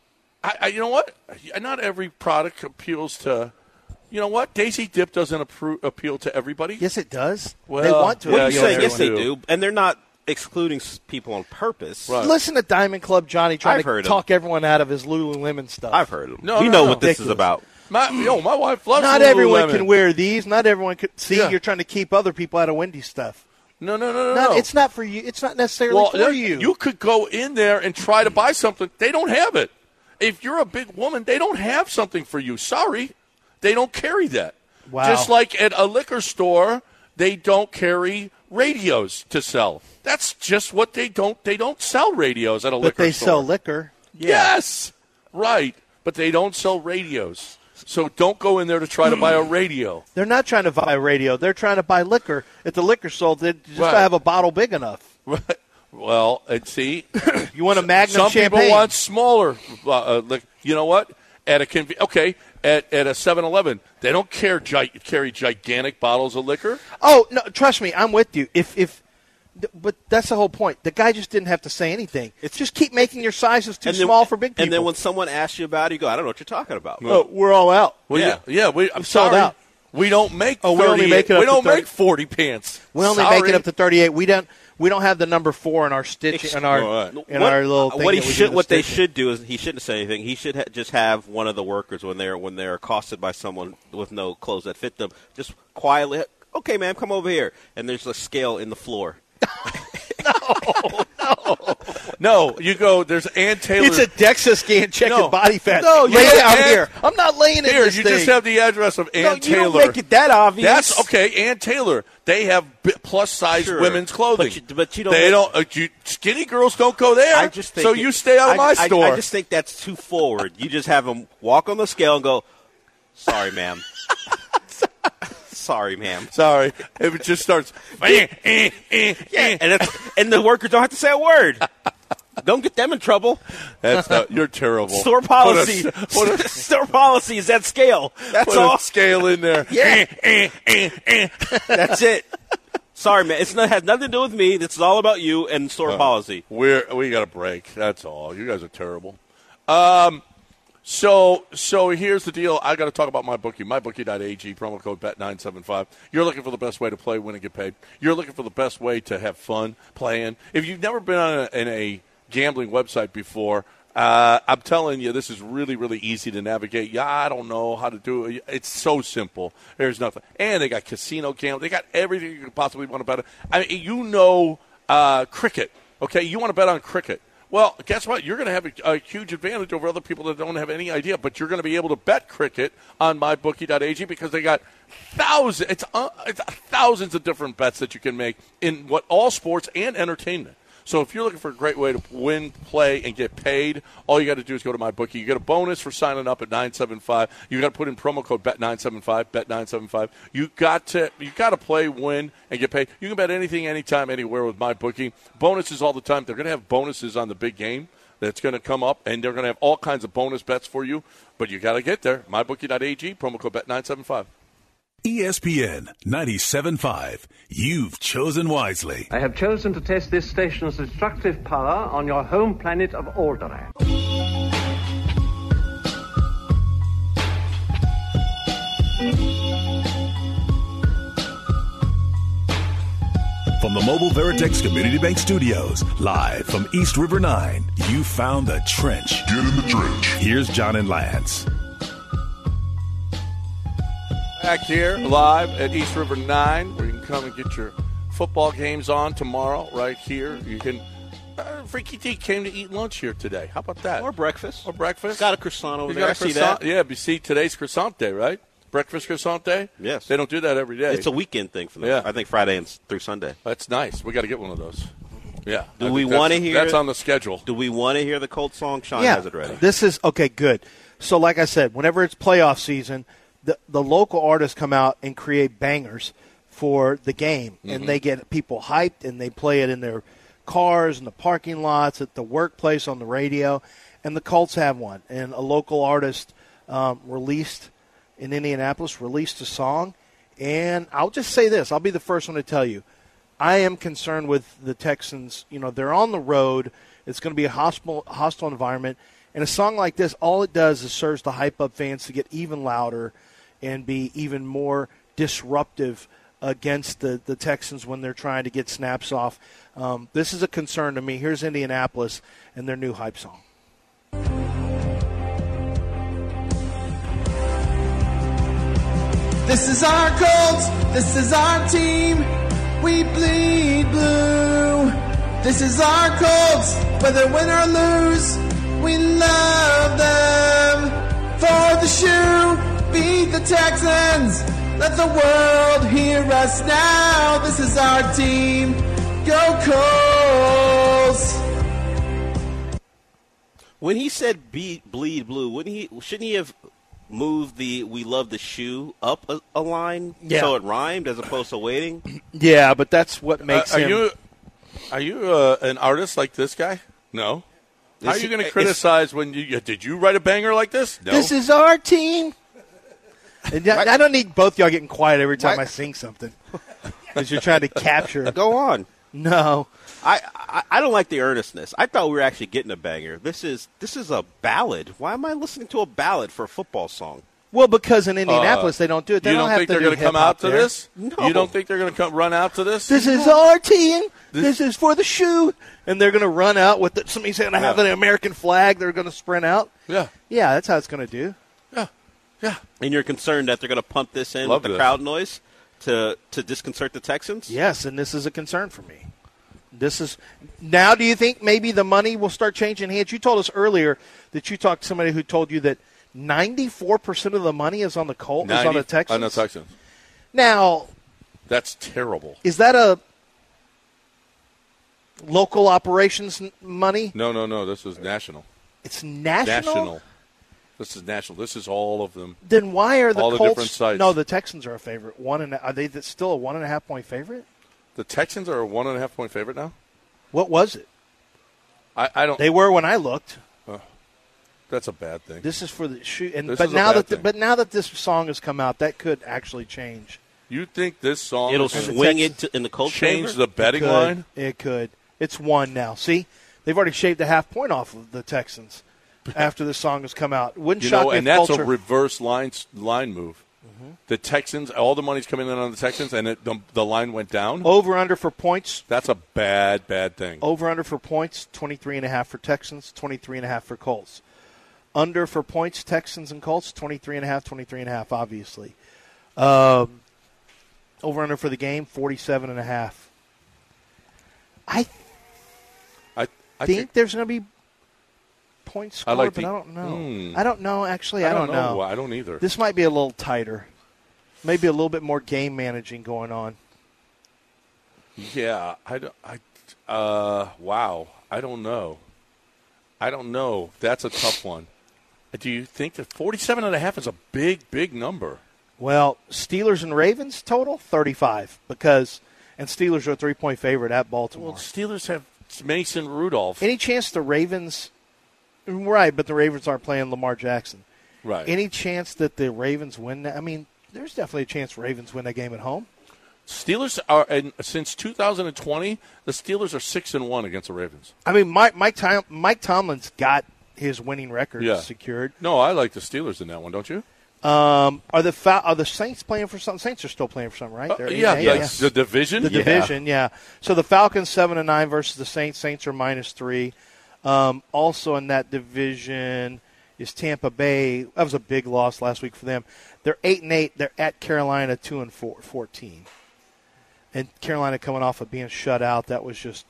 [SPEAKER 3] I, I you know what? Not every product appeals to. You know what? Daisy Dip doesn't appro- appeal to everybody.
[SPEAKER 4] Yes, it does.
[SPEAKER 3] Well,
[SPEAKER 4] they want to.
[SPEAKER 3] what
[SPEAKER 5] What
[SPEAKER 3] Yeah,
[SPEAKER 5] are
[SPEAKER 4] appeal
[SPEAKER 5] you saying?
[SPEAKER 4] to
[SPEAKER 3] you don't
[SPEAKER 5] Yes, they
[SPEAKER 4] everyone.
[SPEAKER 3] do.
[SPEAKER 5] do, and they're not excluding s- people on purpose.
[SPEAKER 3] Right.
[SPEAKER 4] Listen to Diamond Club Johnny trying
[SPEAKER 5] I've
[SPEAKER 4] to
[SPEAKER 5] heard him.
[SPEAKER 4] talk everyone out of his Lululemon stuff.
[SPEAKER 5] I've heard them.
[SPEAKER 3] No,
[SPEAKER 5] we
[SPEAKER 3] no,
[SPEAKER 5] know
[SPEAKER 3] no.
[SPEAKER 5] what this is
[SPEAKER 4] Ridiculous.
[SPEAKER 5] about.
[SPEAKER 3] My, yo, my wife loves.
[SPEAKER 4] Not everyone
[SPEAKER 3] Lululemon.
[SPEAKER 4] can wear these. Not everyone could see.
[SPEAKER 3] Yeah.
[SPEAKER 4] You're trying to keep other people out of Wendy's stuff.
[SPEAKER 3] No, no, no, no,
[SPEAKER 4] Not,
[SPEAKER 3] no.
[SPEAKER 4] It's not for you. It's not necessarily
[SPEAKER 3] well,
[SPEAKER 4] for
[SPEAKER 3] you.
[SPEAKER 4] you.
[SPEAKER 3] could go in there and try to buy something. They don't have it. If you're a big woman, they don't have something for you. Sorry, they don't carry that.
[SPEAKER 4] Wow.
[SPEAKER 3] Just like at a liquor store, they don't carry radios to sell. That's just what they don't. They don't sell radios at a
[SPEAKER 4] but
[SPEAKER 3] liquor
[SPEAKER 4] they
[SPEAKER 3] store.
[SPEAKER 4] sell liquor.
[SPEAKER 3] Yes, right. But they don't sell radios. So don't go in there to try to buy a radio.
[SPEAKER 4] They're not trying to buy radio. They're trying to buy liquor at the liquor store. They just
[SPEAKER 3] Right.
[SPEAKER 4] to have a bottle big enough.
[SPEAKER 3] well, and see,
[SPEAKER 4] You want a Magnum
[SPEAKER 3] Some
[SPEAKER 4] champagne?
[SPEAKER 3] people want smaller. Uh, uh, like, you know what? At a conv- okay, at at a 7-Eleven, they don't care gi- carry gigantic bottles of liquor.
[SPEAKER 4] oh no, trust me, I'm with you. If if, th- but that's the whole point. The guy just didn't have to say anything. It's just keep making your sizes too
[SPEAKER 5] And then-
[SPEAKER 4] small for big people.
[SPEAKER 5] And then when someone asks you about it, you go, "I don't know what you're talking about."
[SPEAKER 4] oh, we're all out.
[SPEAKER 3] Well,
[SPEAKER 5] Yeah.
[SPEAKER 3] yeah, yeah. we, I'm
[SPEAKER 4] sold
[SPEAKER 3] sorry,
[SPEAKER 4] out.
[SPEAKER 3] we don't make.
[SPEAKER 4] Oh, we only
[SPEAKER 3] 30
[SPEAKER 4] make it up
[SPEAKER 3] We
[SPEAKER 4] to
[SPEAKER 3] don't
[SPEAKER 4] 30.
[SPEAKER 3] make forty pants.
[SPEAKER 4] We only
[SPEAKER 3] Sorry.
[SPEAKER 4] make it up to 38. We don't. We don't have the number four in our stitch in our
[SPEAKER 3] All right.
[SPEAKER 4] in our little thing.
[SPEAKER 5] what he
[SPEAKER 4] that we do
[SPEAKER 5] should
[SPEAKER 4] the
[SPEAKER 5] what they
[SPEAKER 4] stitching.
[SPEAKER 5] should do is he shouldn't say anything. He should ha- just have one of the workers when they're when they're accosted by someone with no clothes that fit them, just quietly, "Okay, ma'am, come over here." And there's a scale in the floor.
[SPEAKER 3] No, you go. There's Ann Taylor.
[SPEAKER 4] It's a DEXA scan checking
[SPEAKER 3] No.
[SPEAKER 4] body fat.
[SPEAKER 3] No, you
[SPEAKER 4] lay
[SPEAKER 3] don't
[SPEAKER 4] down
[SPEAKER 3] have-
[SPEAKER 4] here. I'm not laying in
[SPEAKER 3] Here,
[SPEAKER 4] this
[SPEAKER 3] you
[SPEAKER 4] thing.
[SPEAKER 3] just have the address of Ann
[SPEAKER 5] no,
[SPEAKER 3] Taylor.
[SPEAKER 5] you don't make it that obvious.
[SPEAKER 3] That's okay. Ann Taylor. They have plus size
[SPEAKER 5] Sure.
[SPEAKER 3] women's clothing.
[SPEAKER 5] But you- but you don't
[SPEAKER 3] They
[SPEAKER 5] make-
[SPEAKER 3] don't. Uh, you, skinny girls don't go there.
[SPEAKER 5] I just think
[SPEAKER 3] so.
[SPEAKER 5] it-
[SPEAKER 3] you stay out of
[SPEAKER 5] I-
[SPEAKER 3] my
[SPEAKER 5] I-
[SPEAKER 3] store.
[SPEAKER 5] I, just think that's too forward. You just have them walk on the scale and go, Sorry, ma'am. Sorry, ma'am.
[SPEAKER 3] Sorry, if it just starts. eh, eh, eh, eh,
[SPEAKER 5] And that's, and the workers don't have to say a word. Don't get them in trouble.
[SPEAKER 3] That's not, you're terrible.
[SPEAKER 5] Store
[SPEAKER 3] Put a-
[SPEAKER 5] policy.
[SPEAKER 3] Put a,
[SPEAKER 5] Store policy is that scale. That's
[SPEAKER 3] put a
[SPEAKER 5] all.
[SPEAKER 3] scale in there.
[SPEAKER 5] Yeah.
[SPEAKER 3] Eh, eh, eh, eh.
[SPEAKER 5] That's it. Sorry, man. It's not, has nothing to do with me. This is all about you and store policy.
[SPEAKER 3] We're we got a break. That's all. You guys are terrible. Um, so so here's the deal. I got to talk about my bookie. MyBookie.ag promo code bet nine seven five. You're looking for the best way to play, win, and get paid. You're looking for the best way to have fun playing. If you've never been on a, in a gambling website before. Uh, I'm telling you, this is really, really easy to navigate. Yeah, I don't know how to do it. It's so simple. There's nothing. And they got casino gambling. They got everything you could possibly want to bet. on. I mean, you know uh, cricket. Okay, you want to bet on cricket. Well, guess what? You're going to have a, a huge advantage over other people that don't have any idea, but you're going to be able to bet cricket on mybookie.ag because they got thousands, it's, uh, it's thousands of different bets that you can make in what all sports and entertainment. So if you're looking for a great way to win, play, and get paid, all you got to do is go to my bookie. You get a bonus for signing up at 975. You got to put in promo code BET975, BET975. You got to you got to play, win, and get paid. You can bet anything, anytime, anywhere with my bookie. Bonuses all the time. They're going to have bonuses on the big game that's going to come up, and they're going to have all kinds of bonus bets for you. But you got to get there. MyBookie.ag, promo code BET975.
[SPEAKER 1] E ESPN 97.5. You've chosen wisely.
[SPEAKER 9] I have chosen to test this station's destructive power on your home planet of Alderaan.
[SPEAKER 1] From the Mobile Veritex Community Bank Studios, live from East River 9, you found the trench. Get in the trench. Here's John and Lance.
[SPEAKER 3] Back here live at East River 9, where you can come and get your football games on tomorrow, right here. You can. Uh, Freaky D came to eat lunch here today. How about that?
[SPEAKER 5] Or breakfast.
[SPEAKER 3] Or breakfast.
[SPEAKER 5] Got a croissant over
[SPEAKER 3] You
[SPEAKER 5] there.
[SPEAKER 3] got a
[SPEAKER 5] I see
[SPEAKER 3] croissant?
[SPEAKER 5] that.
[SPEAKER 3] Yeah, but see, today's croissant day, right? Breakfast croissant day?
[SPEAKER 5] Yes.
[SPEAKER 3] They don't do that every day.
[SPEAKER 5] It's a weekend thing for them.
[SPEAKER 3] Yeah.
[SPEAKER 5] I think Friday and through Sunday.
[SPEAKER 3] that's nice. We got to get one of those. Yeah.
[SPEAKER 5] Do
[SPEAKER 3] I
[SPEAKER 5] we
[SPEAKER 3] think that's-
[SPEAKER 5] wanna hear-
[SPEAKER 3] That's on the schedule.
[SPEAKER 5] Do we want to hear the Colts song? Sean
[SPEAKER 4] yeah,
[SPEAKER 5] has it ready.
[SPEAKER 4] this is okay. Good. So, like I said, whenever it's playoff season, the the local artists come out and create bangers for the game,
[SPEAKER 5] Mm-hmm.
[SPEAKER 4] and they get people hyped, and they play it in their cars, in the parking lots, at the workplace, on the radio, and the Colts have one, and a local artist um, released in Indianapolis released a song, and I'll just say this: I'll be the first one to tell you. I am concerned with the Texans. You know, they're on the road. It's going to be a hostile, hostile environment. And a song like this, all it does is serves to hype up fans to get even louder and be even more disruptive against the, the Texans when they're trying to get snaps off. Um, this is a concern to me. Here's Indianapolis and their new hype song.
[SPEAKER 10] This is our Colts. This is our team. We bleed blue. This is our Colts. Whether win or lose, we love them. For the shoe, beat the Texans. Let the world hear us now. This is our team. Go Colts.
[SPEAKER 5] When he said be, "bleed blue," wouldn't he? Shouldn't he have moved the "We love the shoe" up a, a line
[SPEAKER 4] Yeah.
[SPEAKER 5] so it rhymed as opposed to waiting?
[SPEAKER 4] Yeah, but that's what makes
[SPEAKER 3] Uh, are
[SPEAKER 4] him.
[SPEAKER 3] you are you uh, an artist like this guy? No. How are
[SPEAKER 5] Is
[SPEAKER 3] you
[SPEAKER 5] he-
[SPEAKER 3] going to
[SPEAKER 5] is-
[SPEAKER 3] criticize when you did you write a banger like this? No.
[SPEAKER 4] This is our team. And I- I don't need both y'all getting quiet every time
[SPEAKER 5] Why-
[SPEAKER 4] I sing something because you're trying to capture.
[SPEAKER 5] Go on.
[SPEAKER 4] No.
[SPEAKER 5] I, I I don't like the earnestness. I thought we were actually getting a banger. This is this is a ballad. Why am I listening to a ballad for a football song?
[SPEAKER 4] Well, because in Indianapolis they don't do it. They
[SPEAKER 3] Uh, you don't,
[SPEAKER 4] have
[SPEAKER 3] think
[SPEAKER 4] to
[SPEAKER 3] they're
[SPEAKER 4] do
[SPEAKER 3] going to come
[SPEAKER 4] hip-hop
[SPEAKER 3] out to
[SPEAKER 4] there.
[SPEAKER 3] this?
[SPEAKER 5] No.
[SPEAKER 3] You don't think they're going to come run out to this?
[SPEAKER 4] This is our team.
[SPEAKER 3] This-
[SPEAKER 4] This, is for the shoe, and they're going to run out with the, somebody's going to have
[SPEAKER 3] Yeah.
[SPEAKER 4] an American flag. They're going to sprint out.
[SPEAKER 3] yeah,
[SPEAKER 4] Yeah, that's how it's going to do.
[SPEAKER 3] yeah.
[SPEAKER 5] And you're concerned that they're going to pump this in with
[SPEAKER 3] Love
[SPEAKER 5] the
[SPEAKER 3] this.
[SPEAKER 5] crowd noise to to disconcert the Texans?
[SPEAKER 4] Yes, and this is a concern for me. This is now. Do you think maybe the money will start changing hands? You told us earlier that you talked to somebody who told you that ninety-four percent of the money is on the Colts, is on
[SPEAKER 3] 90
[SPEAKER 4] the Texans.
[SPEAKER 3] On the Texans.
[SPEAKER 4] Now,
[SPEAKER 3] That's terrible.
[SPEAKER 4] is that a local operations n- money?
[SPEAKER 3] No, no, no. This is national.
[SPEAKER 4] It's national.
[SPEAKER 3] National. This is national. This is all of them.
[SPEAKER 4] Then why are the
[SPEAKER 3] all
[SPEAKER 4] Colts?
[SPEAKER 3] the different sites?
[SPEAKER 4] No, the Texans are a favorite. One and are they th- still a one and a half point favorite?
[SPEAKER 3] the Texans are a one and a half point favorite now.
[SPEAKER 4] What was it?
[SPEAKER 3] I, I don't.
[SPEAKER 4] They were when I looked.
[SPEAKER 3] Uh, that's a bad thing.
[SPEAKER 4] This is for the shoot. And
[SPEAKER 3] This
[SPEAKER 4] but
[SPEAKER 3] is a
[SPEAKER 4] now
[SPEAKER 3] bad
[SPEAKER 4] that the,
[SPEAKER 3] thing.
[SPEAKER 4] but now that this song has come out, that could actually change.
[SPEAKER 3] you think this song
[SPEAKER 5] It'll
[SPEAKER 3] is gonna
[SPEAKER 5] swing
[SPEAKER 4] Texans-
[SPEAKER 5] it to, in the Colts'
[SPEAKER 3] change
[SPEAKER 5] favor?
[SPEAKER 3] the betting
[SPEAKER 4] could.
[SPEAKER 3] line?
[SPEAKER 4] It could. It's one now. See, they've already shaved a half point off of the Texans after this song has come out. Wouldn't
[SPEAKER 3] You
[SPEAKER 4] shock
[SPEAKER 3] know,
[SPEAKER 4] me
[SPEAKER 3] and
[SPEAKER 4] if
[SPEAKER 3] that's
[SPEAKER 4] Colts
[SPEAKER 3] a
[SPEAKER 4] are-
[SPEAKER 3] reverse line line move. The Texans, all the money's coming in on the Texans, and it, the, the line went down.
[SPEAKER 4] over under for points.
[SPEAKER 3] That's a bad, bad thing.
[SPEAKER 4] Over under for points. 23 and a half for Texans. 23 and a half for Colts. Under for points. Texans and Colts. 23 and a half. 23 and a half. Obviously. Um, over under for the game. 47 and a half. I
[SPEAKER 3] I, I
[SPEAKER 4] think there's going to be points
[SPEAKER 3] I
[SPEAKER 4] scored,
[SPEAKER 3] like
[SPEAKER 4] but
[SPEAKER 3] the-
[SPEAKER 4] I don't know.
[SPEAKER 3] Hmm.
[SPEAKER 4] I don't know. Actually, I,
[SPEAKER 3] I don't
[SPEAKER 4] know.
[SPEAKER 3] know. I don't either.
[SPEAKER 4] This might be a little tighter. Maybe a little bit more game managing going on.
[SPEAKER 3] Yeah, I don't. I, uh, wow, I don't know. I don't know. That's a tough one. Do you think that 47 and a half is a big, big number?
[SPEAKER 4] Well, Steelers and Ravens total 35 because and Steelers are a 3-point favorite at Baltimore.
[SPEAKER 3] Well, Steelers have Mason Rudolph.
[SPEAKER 4] Any chance the Ravens right, but the Ravens aren't playing Lamar Jackson.
[SPEAKER 3] right.
[SPEAKER 4] Any chance that the Ravens win that? I mean, there's definitely a chance Ravens win that game at home.
[SPEAKER 3] Steelers are and since 2020, the Steelers are six and one against the Ravens.
[SPEAKER 4] I mean, Mike Mike, Tom, Mike Tomlin's got his winning record
[SPEAKER 3] Yeah.
[SPEAKER 4] secured.
[SPEAKER 3] No, I like the Steelers in that one, don't you?
[SPEAKER 4] Um, are the Fal- are the Saints playing for something? Saints are still playing for something, right?
[SPEAKER 3] Uh,
[SPEAKER 4] They're eight
[SPEAKER 3] yeah,
[SPEAKER 4] and eight,
[SPEAKER 3] the,
[SPEAKER 4] yeah.
[SPEAKER 3] the division.
[SPEAKER 4] The division, yeah. So the Falcons seven and nine versus the Saints. Saints are minus three. Um, also in that division is Tampa Bay. That was a big loss last week for them. They're eight and eight. They're at Carolina two and four, 14. And Carolina coming off of being shut out. That was just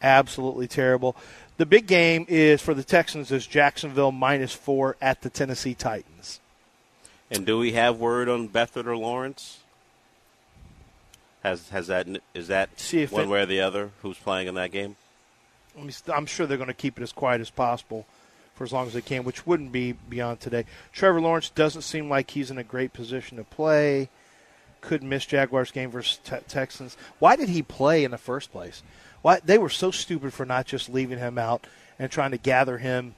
[SPEAKER 4] absolutely terrible. The big game is for the Texans is Jacksonville minus four at the Tennessee Titans.
[SPEAKER 5] And do we have word on Bethard or Lawrence? Has has that is that
[SPEAKER 4] See if
[SPEAKER 5] one
[SPEAKER 4] it-
[SPEAKER 5] way or the other? Who's playing in that game?
[SPEAKER 4] Let me st- I'm sure they're going to keep it as quiet as possible for as long as they can, which wouldn't be beyond today. Trevor Lawrence doesn't seem like he's in a great position to play. Could miss Jaguars game versus te- Texans. Why did he play in the first place? Why they were so stupid for not just leaving him out and trying to gather him,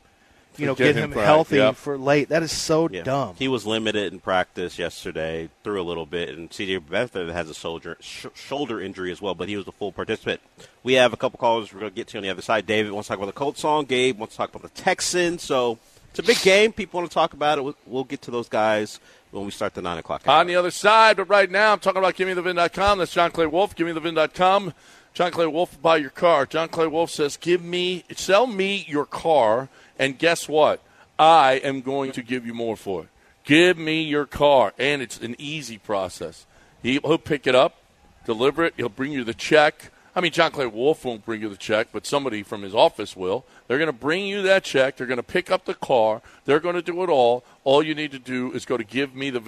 [SPEAKER 4] you know,
[SPEAKER 3] Get
[SPEAKER 4] get him
[SPEAKER 3] him right,
[SPEAKER 4] healthy
[SPEAKER 3] yeah.
[SPEAKER 4] for late. That is so dumb.
[SPEAKER 5] He was limited in practice yesterday, threw a little bit, and C.J. Bethard has a soldier, sh- shoulder injury as well, but he was the full participant. We have a couple calls we're going to get to on the other side. David wants to talk about the Colts song. Gabe wants to talk about the Texans. So it's a big game. People want to talk about it. We'll, we'll get to those guys when we start the nine o'clock. hour.
[SPEAKER 3] On the other side, but right now I'm talking about GiveMeTheVin.com. That's John Clay Wolf. GiveMeTheVin.com. John Clay Wolf, buy your car. John Clay Wolf says, "Give me, sell me your car, and guess what? I am going to give you more for it. Give me your car, and it's an easy process. He, he'll pick it up, deliver it. He'll bring you the check. I mean, John Clay Wolf won't bring you the check, but somebody from his office will. They're going to bring you that check. They're going to pick up the car. They're going to do it all. All you need to do is go to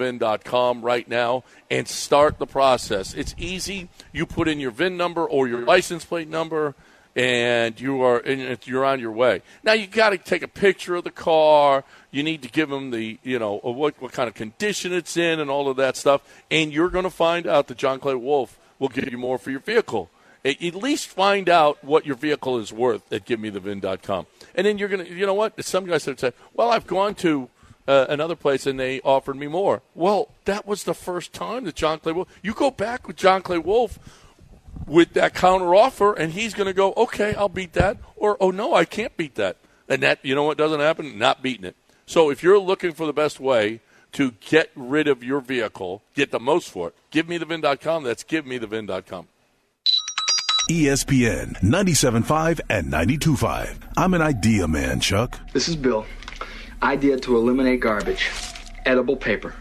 [SPEAKER 3] givemethevin.com right now and start the process. It's easy. You put in your VIN number or your license plate number, and you are and it- you're on your way. Now you got to take a picture of the car. You need to give them the you know uh, what what kind of condition it's in and all of that stuff. And you're going to find out that John Clay Wolf will give you more for your vehicle. A- At least find out what your vehicle is worth at GiveMeTheVin.com, and then you're gonna you know what? Some guys have said, well, I've gone to. Uh, another place, and they offered me more. Well, that was the first time that John Clay Wolf. You go back with John Clay Wolf with that counter offer and he's going to go okay i'll beat that or oh no i can't beat that and that you know what doesn't happen not beating it so if you're looking for the best way to get rid of your vehicle get the most for it give me the vin.com that's give me the vin.com
[SPEAKER 1] E ESPN 97.5 and 92.5. I'm an idea man, Chuck.
[SPEAKER 11] This is Bill. Idea to eliminate garbage. Edible paper.